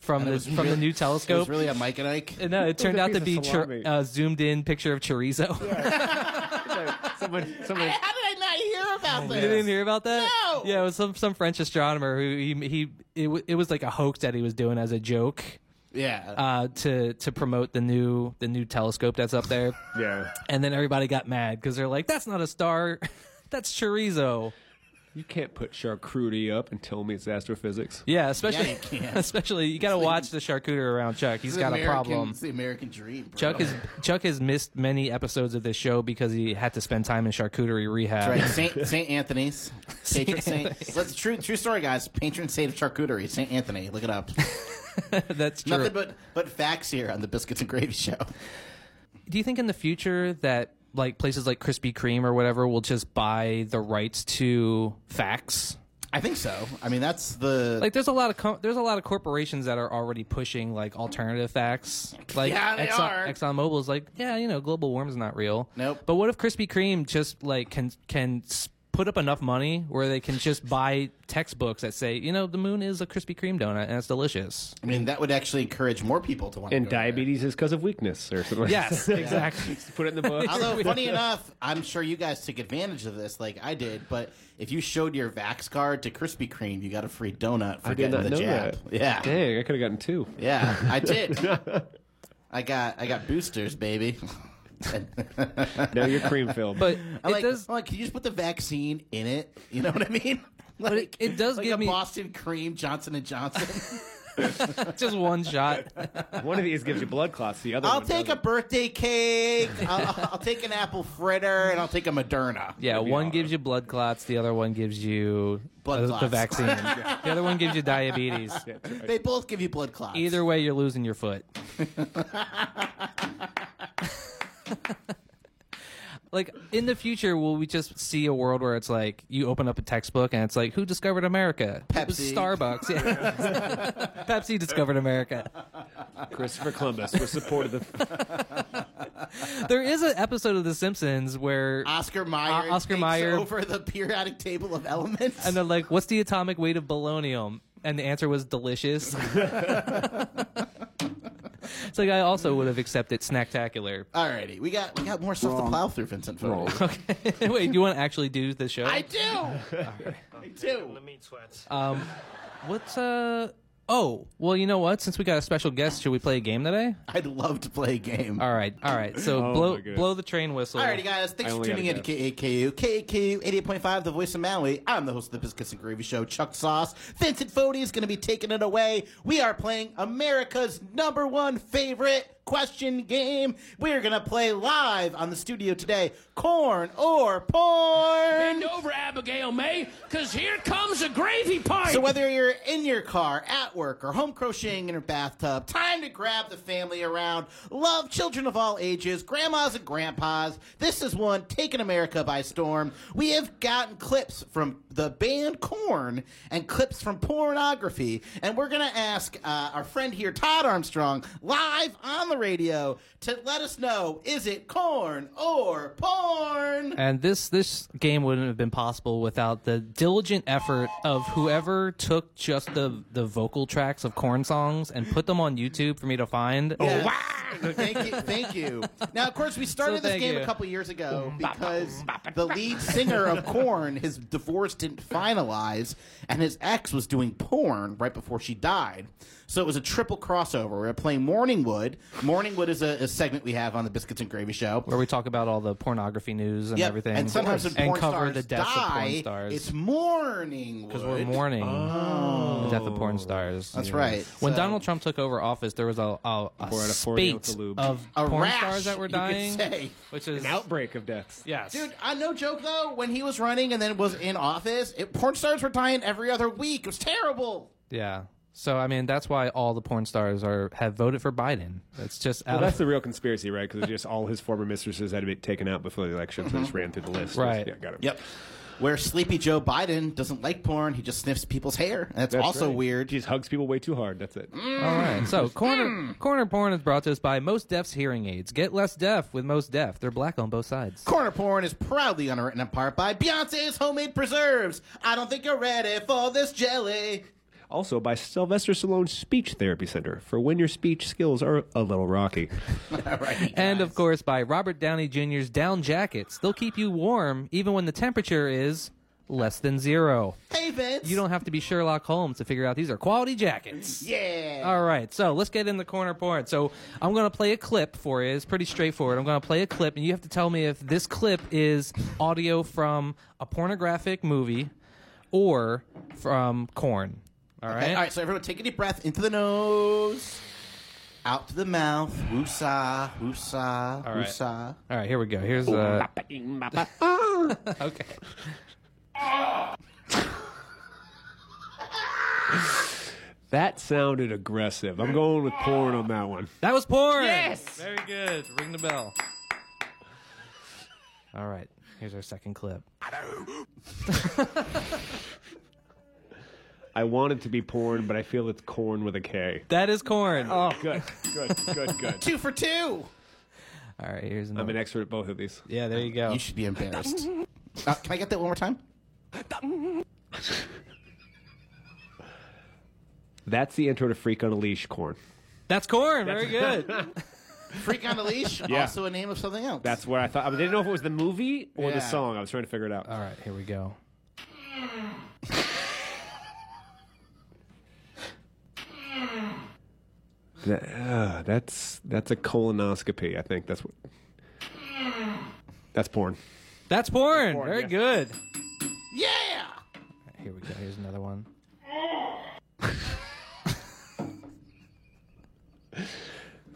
[SPEAKER 5] from the
[SPEAKER 2] was
[SPEAKER 5] from
[SPEAKER 2] really-
[SPEAKER 5] the new
[SPEAKER 2] It was
[SPEAKER 5] telescope.
[SPEAKER 2] really a Mike and Ike.
[SPEAKER 5] And no, it turned
[SPEAKER 6] a
[SPEAKER 5] out to
[SPEAKER 6] piece
[SPEAKER 5] be
[SPEAKER 6] of
[SPEAKER 5] chor-
[SPEAKER 6] salami.
[SPEAKER 5] uh, zoomed in picture of chorizo. (laughs)
[SPEAKER 6] someone, someone,
[SPEAKER 2] How did I not hear about this?
[SPEAKER 5] You didn't hear about that?
[SPEAKER 2] No!
[SPEAKER 5] Yeah, it was some some French astronomer who he he it, w- it was like a hoax that he was doing as a joke
[SPEAKER 2] Yeah.
[SPEAKER 5] uh, to to promote the new the new telescope that's up
[SPEAKER 2] (laughs)
[SPEAKER 5] there,
[SPEAKER 6] yeah.
[SPEAKER 5] and then everybody got mad because they're like, "That's not a star, (laughs) that's chorizo."
[SPEAKER 6] You can't put charcuterie up and tell me it's astrophysics.
[SPEAKER 5] Yeah, especially
[SPEAKER 2] Yeah, you can't.
[SPEAKER 5] (laughs) especially you got to watch the charcuterie around Chuck. He's
[SPEAKER 2] It's
[SPEAKER 5] got
[SPEAKER 2] the
[SPEAKER 5] a problem.
[SPEAKER 2] It's the American dream. Bro.
[SPEAKER 5] Chuck is Chuck has missed many episodes of this show because he had to spend time in charcuterie
[SPEAKER 2] (laughs)
[SPEAKER 5] rehab.
[SPEAKER 2] Right, Saint Saint Anthony's, patron saint. That's a true true story, guys. Patron saint of charcuterie, Saint Anthony. Look it up.
[SPEAKER 5] (laughs) that's true.
[SPEAKER 2] Nothing but but facts here on the biscuits and gravy show.
[SPEAKER 5] do you think in the future that like places like Krispy Kreme or whatever will just buy the rights to facts?
[SPEAKER 2] I think so. I mean, that's the
[SPEAKER 5] Like, there's a lot of com- there's a lot of corporations that are already pushing like alternative
[SPEAKER 2] (laughs)
[SPEAKER 5] facts. Like
[SPEAKER 2] Yeah, they
[SPEAKER 5] Exxon,
[SPEAKER 2] are.
[SPEAKER 5] ExxonMobil is like, yeah, you know, global warming's not real.
[SPEAKER 2] Nope.
[SPEAKER 5] But what if Krispy Kreme just like can can s- put up enough money where they can just buy textbooks that say, you know, the moon is a Krispy Kreme donut and it's delicious.
[SPEAKER 2] I mean, that would actually encourage more people to want.
[SPEAKER 6] And
[SPEAKER 2] to go there.
[SPEAKER 6] diabetes is because of weakness or something. like
[SPEAKER 5] (laughs) Yes,
[SPEAKER 6] that.
[SPEAKER 5] exactly.
[SPEAKER 6] Put it in the book.
[SPEAKER 2] (laughs) Although, funny enough, I'm sure you guys took advantage of this, like I did. But if you showed your Vax card to Krispy Kreme, you got a free donut for
[SPEAKER 6] I did
[SPEAKER 2] getting
[SPEAKER 6] not
[SPEAKER 2] the
[SPEAKER 6] know
[SPEAKER 2] jab.
[SPEAKER 6] that.
[SPEAKER 2] Yeah,
[SPEAKER 6] Dang, I could have gotten two.
[SPEAKER 2] yeah, I
[SPEAKER 5] (laughs)
[SPEAKER 2] did. I got I got boosters, baby. (laughs)
[SPEAKER 6] Now you're cream filled.
[SPEAKER 5] But
[SPEAKER 2] I'm
[SPEAKER 5] it
[SPEAKER 2] like,
[SPEAKER 5] does.
[SPEAKER 2] I'm like, can you just put the vaccine in it? You know what I
[SPEAKER 5] (laughs)
[SPEAKER 2] mean? Like,
[SPEAKER 5] it- it does
[SPEAKER 2] like
[SPEAKER 5] give
[SPEAKER 2] a
[SPEAKER 5] me-
[SPEAKER 2] Boston cream, Johnson and
[SPEAKER 5] (laughs)
[SPEAKER 2] Johnson.
[SPEAKER 5] just one shot.
[SPEAKER 6] one of these gives you blood clots. The other
[SPEAKER 2] I'll
[SPEAKER 6] one
[SPEAKER 2] take a
[SPEAKER 6] doesn't.
[SPEAKER 2] birthday cake.
[SPEAKER 5] (laughs)
[SPEAKER 2] I'll, I'll take an apple fritter, and I'll take a Moderna.
[SPEAKER 5] Yeah,
[SPEAKER 6] That'd be
[SPEAKER 5] one
[SPEAKER 6] all
[SPEAKER 5] gives you blood clots, the other one gives you
[SPEAKER 2] Blood
[SPEAKER 5] uh,
[SPEAKER 2] clots. (laughs)
[SPEAKER 5] the vaccine. the other one gives you diabetes.
[SPEAKER 2] They both give you blood clots.
[SPEAKER 5] Either way, you're losing your foot. like in the future, will we just see a world where it's like you open up a textbook and it's like, who discovered America? It was
[SPEAKER 2] Pepsi.
[SPEAKER 5] Starbucks. Yeah. Pepsi discovered America.
[SPEAKER 6] Christopher Columbus was supportive of
[SPEAKER 5] There is an episode of The Simpsons where.
[SPEAKER 2] Oscar Meyer
[SPEAKER 5] Uh, Oscar
[SPEAKER 2] takes
[SPEAKER 5] Mayer-
[SPEAKER 2] over the periodic table of elements.
[SPEAKER 5] and they're like, what's the atomic weight of bolognium? And the answer was delicious. it's like I also would have accepted snacktacular. (laughs)
[SPEAKER 2] Alrighty, we got we got more stuff to plow through, Vincent. Foley.
[SPEAKER 5] Wait, you want to actually do the show?
[SPEAKER 2] I do. I do.
[SPEAKER 5] What's uh? Oh, well, you know what? Since we got a special guest, should we play a game today?
[SPEAKER 2] I'd love to play a game.
[SPEAKER 5] All right, all right.
[SPEAKER 6] (clears throat)
[SPEAKER 5] So
[SPEAKER 6] Oh,
[SPEAKER 5] blow
[SPEAKER 6] my goodness.
[SPEAKER 5] blow the train whistle.
[SPEAKER 2] Alrighty, guys.
[SPEAKER 6] I
[SPEAKER 2] Thanks for
[SPEAKER 6] only
[SPEAKER 2] tuning in to
[SPEAKER 6] gotta
[SPEAKER 2] KAKU. KAKU 88.5, The Voice of Maui. I'm the host of the Biscuits and Gravy Show, Chuck Sauce. Vincent Fodi is going to be taking it away. We are playing America's number one favorite question game. We are going to play live on the studio today. Corn or porn?
[SPEAKER 7] Bend over, Abigail May, because here comes a gravy party.
[SPEAKER 2] So whether you're in your car, at work, or home crocheting in your bathtub, time to grab the family around. Love children of all ages, grandmas and grandpas. This is one taking America by storm. We have gotten clips from the band Corn and clips from pornography, and we're gonna ask uh, our friend here, Todd Armstrong, live on the radio, to let us know: is it corn or porn?
[SPEAKER 5] And this this game wouldn't have been possible without the diligent effort of whoever took just the the vocal tracks of corn songs and put them on YouTube for me to find.
[SPEAKER 2] Yes. thank you, thank you. Now, of course, we started
[SPEAKER 5] So
[SPEAKER 2] this
[SPEAKER 5] thank
[SPEAKER 2] game
[SPEAKER 5] you.
[SPEAKER 2] a couple years ago because the lead singer of Corn, his divorce didn't finalize, and his ex was doing porn right before she died. So it was a triple crossover. We were playing Morningwood. Morningwood is a, a segment we have on the Biscuits and Gravy Show.
[SPEAKER 5] Where we talk about all the pornography news and
[SPEAKER 2] Yep,
[SPEAKER 5] everything,
[SPEAKER 2] And sometimes when
[SPEAKER 5] and
[SPEAKER 2] porn
[SPEAKER 5] cover
[SPEAKER 2] stars
[SPEAKER 5] the deaths
[SPEAKER 2] die,
[SPEAKER 5] of porn stars.
[SPEAKER 2] it's morning
[SPEAKER 5] because we're mourning the death of
[SPEAKER 6] Oh.
[SPEAKER 5] porn stars.
[SPEAKER 2] That's right.
[SPEAKER 5] When
[SPEAKER 2] So-
[SPEAKER 5] Donald Trump took over office, there was a, a, a
[SPEAKER 6] Pour out a 40 ounce
[SPEAKER 5] spate
[SPEAKER 6] of lube.
[SPEAKER 5] of
[SPEAKER 2] A
[SPEAKER 5] porn
[SPEAKER 2] rash,
[SPEAKER 5] stars that were
[SPEAKER 2] you could
[SPEAKER 5] dying,
[SPEAKER 2] say.
[SPEAKER 5] which is
[SPEAKER 6] Outbreak of deaths.
[SPEAKER 5] yes,
[SPEAKER 2] Dude, I no joke though. When he was running and then was in office, it, porn stars were dying every other week. It was terrible.
[SPEAKER 5] yeah. So I mean, that's why all the porn stars are have voted for Biden. That's just out
[SPEAKER 6] Well,
[SPEAKER 5] of
[SPEAKER 6] that's the real conspiracy, right? Because just all his former mistresses had to be taken out before the election, so they just ran through the list.
[SPEAKER 5] Right.
[SPEAKER 6] Yeah, got it.
[SPEAKER 2] Where Sleepy Joe Biden doesn't like porn, he just sniffs people's hair. And that's,
[SPEAKER 6] That's
[SPEAKER 2] also
[SPEAKER 6] right.
[SPEAKER 2] weird.
[SPEAKER 6] He just hugs people way too hard. That's it.
[SPEAKER 5] All right. So
[SPEAKER 2] Hmm.
[SPEAKER 5] corner corner porn is brought to us by Most Deaf's hearing aids. Get less deaf with Most Deaf. They're black on both sides.
[SPEAKER 2] Corner porn is proudly underwritten in part by Beyonce's homemade preserves. I don't think you're ready for this
[SPEAKER 5] (laughs)
[SPEAKER 2] jelly.
[SPEAKER 6] Also by Sylvester Stallone's Speech Therapy Center for when your speech skills are a little rocky.
[SPEAKER 5] And of course by Robert Downey Jr.'s down jackets. They'll keep you warm even when the temperature is less than zero.
[SPEAKER 2] Hey Vince.
[SPEAKER 5] You don't have to be Sherlock Holmes to figure out these are quality jackets.
[SPEAKER 2] Yeah.
[SPEAKER 5] All right, so let's get in the corner porn. So I'm going to play a clip for you. It's pretty straightforward. I'm going to play a clip, and you have to tell me if this clip is audio from a pornographic movie or from corn. All right.
[SPEAKER 2] Okay, all right, so everyone take a deep breath into the nose. Out to the mouth. Woosah, woosah,
[SPEAKER 5] right.
[SPEAKER 2] woosah.
[SPEAKER 5] All right, here we go. Here's uh (laughs) Okay.
[SPEAKER 6] That sounded aggressive. I'm going with porn on that one.
[SPEAKER 5] That was porn. Yes. Very good. Ring the bell. All right. Here's our second clip.
[SPEAKER 6] I want it to be porn, but I feel it's corn with a K.
[SPEAKER 5] That is corn.
[SPEAKER 6] Oh, good, good, good, good.
[SPEAKER 2] Two for two.
[SPEAKER 5] All right, here's another.
[SPEAKER 6] I'm an expert at both of these.
[SPEAKER 5] yeah, there you go.
[SPEAKER 2] You should be
[SPEAKER 5] (laughs)
[SPEAKER 2] embarrassed. Uh, can I get that one more time?
[SPEAKER 6] That's the intro to Freak on a Leash, corn.
[SPEAKER 5] That's corn. Very good.
[SPEAKER 2] Freak on a
[SPEAKER 5] (laughs)
[SPEAKER 2] leash,
[SPEAKER 6] Yeah.
[SPEAKER 2] also a name of something else.
[SPEAKER 6] That's where I thought. I didn't know if it was the movie or
[SPEAKER 2] Yeah.
[SPEAKER 6] the song. I was trying to figure it out.
[SPEAKER 5] All right, here we go.
[SPEAKER 6] That- uh, that's that's a colonoscopy. I think that's what. That's porn.
[SPEAKER 5] That's porn. Very
[SPEAKER 6] yeah.
[SPEAKER 5] good.
[SPEAKER 2] yeah.
[SPEAKER 5] Here we go. Here's another one.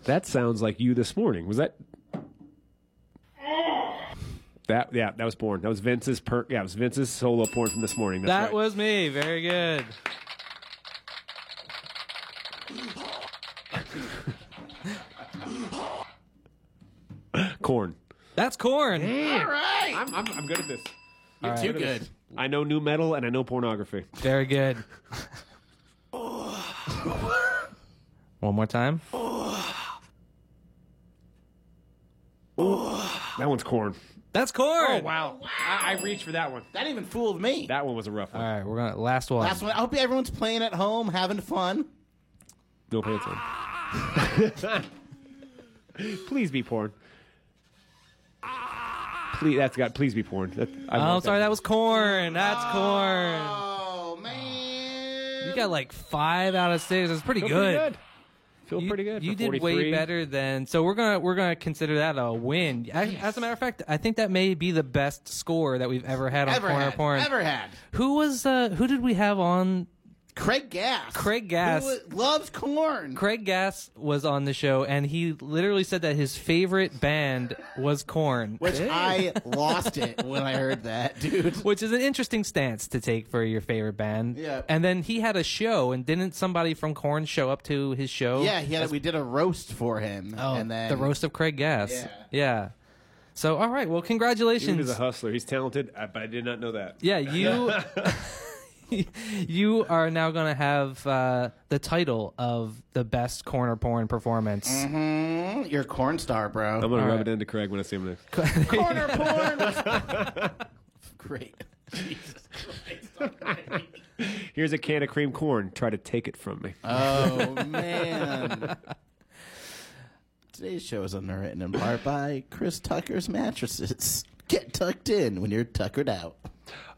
[SPEAKER 6] That sounds like you this morning. Was that? That yeah, that was porn. That was Vince's per. Yeah, it was Vince's solo porn from this morning. That's
[SPEAKER 5] that
[SPEAKER 6] right.
[SPEAKER 5] was me. Very good.
[SPEAKER 6] corn.
[SPEAKER 5] That's corn.
[SPEAKER 6] Mm.
[SPEAKER 2] All right.
[SPEAKER 6] I'm, I'm I'm good at this.
[SPEAKER 5] All right.
[SPEAKER 2] Too good.
[SPEAKER 6] I know new metal and I know pornography.
[SPEAKER 5] Very good. (laughs) One more time.
[SPEAKER 6] That one's corn.
[SPEAKER 5] That's corn.
[SPEAKER 6] Oh, Wow, I, I reached for that one.
[SPEAKER 2] That even fooled me.
[SPEAKER 6] That one was a rough
[SPEAKER 5] All
[SPEAKER 6] one.
[SPEAKER 5] right, we're gonna last one.
[SPEAKER 2] Last one. I hope everyone's playing at home, having fun.
[SPEAKER 6] No pants on. (laughs) please be porn. Please, that's got. Please be porn. That, I
[SPEAKER 5] Oh,
[SPEAKER 6] want Oh.
[SPEAKER 5] I'm sorry, that was corn. That's corn.
[SPEAKER 2] Oh man.
[SPEAKER 5] You got like five out of six. That's pretty
[SPEAKER 6] Feel
[SPEAKER 5] good.
[SPEAKER 6] Pretty good. Feel
[SPEAKER 5] You,
[SPEAKER 6] pretty good.
[SPEAKER 5] you
[SPEAKER 6] for 43.
[SPEAKER 5] did way better than so. We're gonna we're gonna consider that a win. As, as a matter of fact, I think that may be the best score that we've ever had on
[SPEAKER 2] Ever
[SPEAKER 5] corner
[SPEAKER 2] had,
[SPEAKER 5] porn.
[SPEAKER 2] ever had.
[SPEAKER 5] Who was uh, who did we have on?
[SPEAKER 2] Craig Gass.
[SPEAKER 5] Craig Gass.
[SPEAKER 2] Who loves corn.
[SPEAKER 5] Craig Gass was on the show, and he literally said that his favorite band was Corn,
[SPEAKER 2] Which I
[SPEAKER 5] (laughs)
[SPEAKER 2] lost it when I heard that, dude.
[SPEAKER 5] which is an interesting stance to take for your favorite band.
[SPEAKER 2] Yeah.
[SPEAKER 5] And then he had a show, and didn't somebody from Corn show up to his show?
[SPEAKER 2] Yeah, he had, we did a roast for him.
[SPEAKER 5] Oh,
[SPEAKER 2] and then
[SPEAKER 5] the roast of Craig Gass.
[SPEAKER 2] Yeah.
[SPEAKER 5] Yeah. So, all right. Well,
[SPEAKER 6] Dude is
[SPEAKER 5] congratulations.
[SPEAKER 6] a hustler. He's talented, I- but I did not know that.
[SPEAKER 5] yeah, you. (laughs) you are now going to have uh, the title of the best corner porn performance.
[SPEAKER 2] Mm, You're a corn star,
[SPEAKER 6] I'm
[SPEAKER 2] bro.
[SPEAKER 6] gonna
[SPEAKER 5] All
[SPEAKER 6] rub
[SPEAKER 5] right.
[SPEAKER 6] it into Craig when I see him next.
[SPEAKER 2] Corner porn. was- Great.
[SPEAKER 6] Here's a can of cream corn. Try to take it from me.
[SPEAKER 5] Uh.
[SPEAKER 2] Oh
[SPEAKER 5] (laughs)
[SPEAKER 2] man. Today's show is underwritten in part by Chris Tucker's mattresses. Get tucked in when you're tuckered out.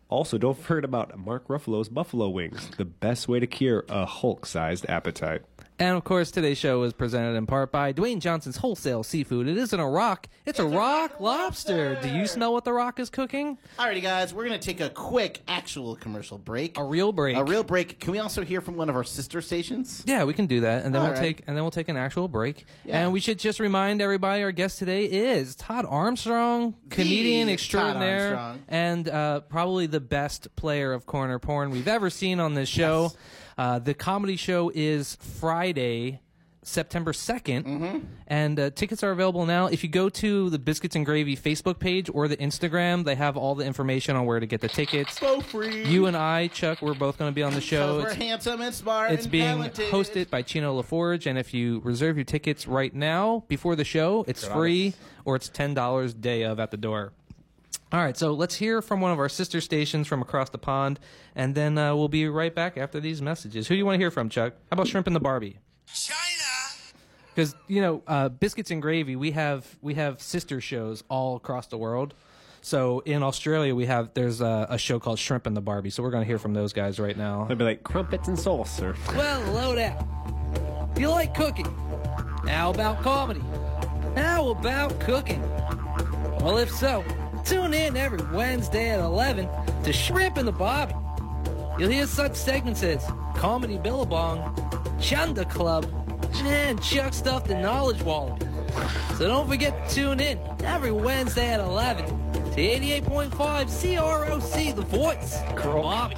[SPEAKER 6] Also, don't forget about Mark Ruffalo's buffalo wings. The best way to cure a Hulk-sized appetite.
[SPEAKER 5] And of course, today's show is presented in part by Dwayne Johnson's Wholesale Seafood. It isn't a rock, it's, a, rock, lobster. Do you smell what the rock is cooking?
[SPEAKER 2] Alrighty, guys, we're gonna take a quick actual commercial break.
[SPEAKER 5] A real break.
[SPEAKER 2] A real break. Can we also hear from one of our sister stations?
[SPEAKER 5] Yeah, we can do that, and then
[SPEAKER 2] All
[SPEAKER 5] we'll
[SPEAKER 2] right.
[SPEAKER 5] take and then we'll take an actual break.
[SPEAKER 2] Yeah.
[SPEAKER 5] And we should just remind everybody our guest today is Todd Armstrong, comedian
[SPEAKER 2] Todd
[SPEAKER 5] extraordinaire,
[SPEAKER 2] Armstrong.
[SPEAKER 5] and uh, probably the best player of corner porn we've ever seen on this show. Uh, the comedy show is Friday. September 2nd,
[SPEAKER 2] Mm-hmm.
[SPEAKER 5] and uh, tickets are available now. If you go to the Biscuits and Gravy Facebook page or the Instagram, they have all the information on where to get the tickets.
[SPEAKER 2] So free.
[SPEAKER 5] You and I, Chuck, we're both going to be on the show.
[SPEAKER 2] Because we're
[SPEAKER 5] It's-
[SPEAKER 2] handsome and smart.
[SPEAKER 5] it's
[SPEAKER 2] and
[SPEAKER 5] being
[SPEAKER 2] talented.
[SPEAKER 5] hosted by Chino LaForge, and if you reserve your tickets right now before the show, it's free or it's ten dollars day of at the door. All right, so let's hear from one of our sister stations from across the pond, and then uh, we'll be right back after these messages. Who do you want to hear from, Chuck? How about Shrimp and the Barbie? Because you know, uh, biscuits and gravy. We have we have sister shows all across the world. So in Australia, we have there's a, a show called Shrimp and the Barbie. So we're going to hear from those guys right now.
[SPEAKER 6] I'd be like crumpets and sauce, sir.
[SPEAKER 5] Well, load out. You like cooking? How about comedy? How about cooking? Well, if so, tune in every Wednesday at 11 to Shrimp and the Bobby. You'll hear such segments as Comedy Billabong, Chanda Club, and Chuck Stuff the Knowledge Wall. So don't forget to tune in every Wednesday at 11 to 88.5 CROC The Voice. Bobby.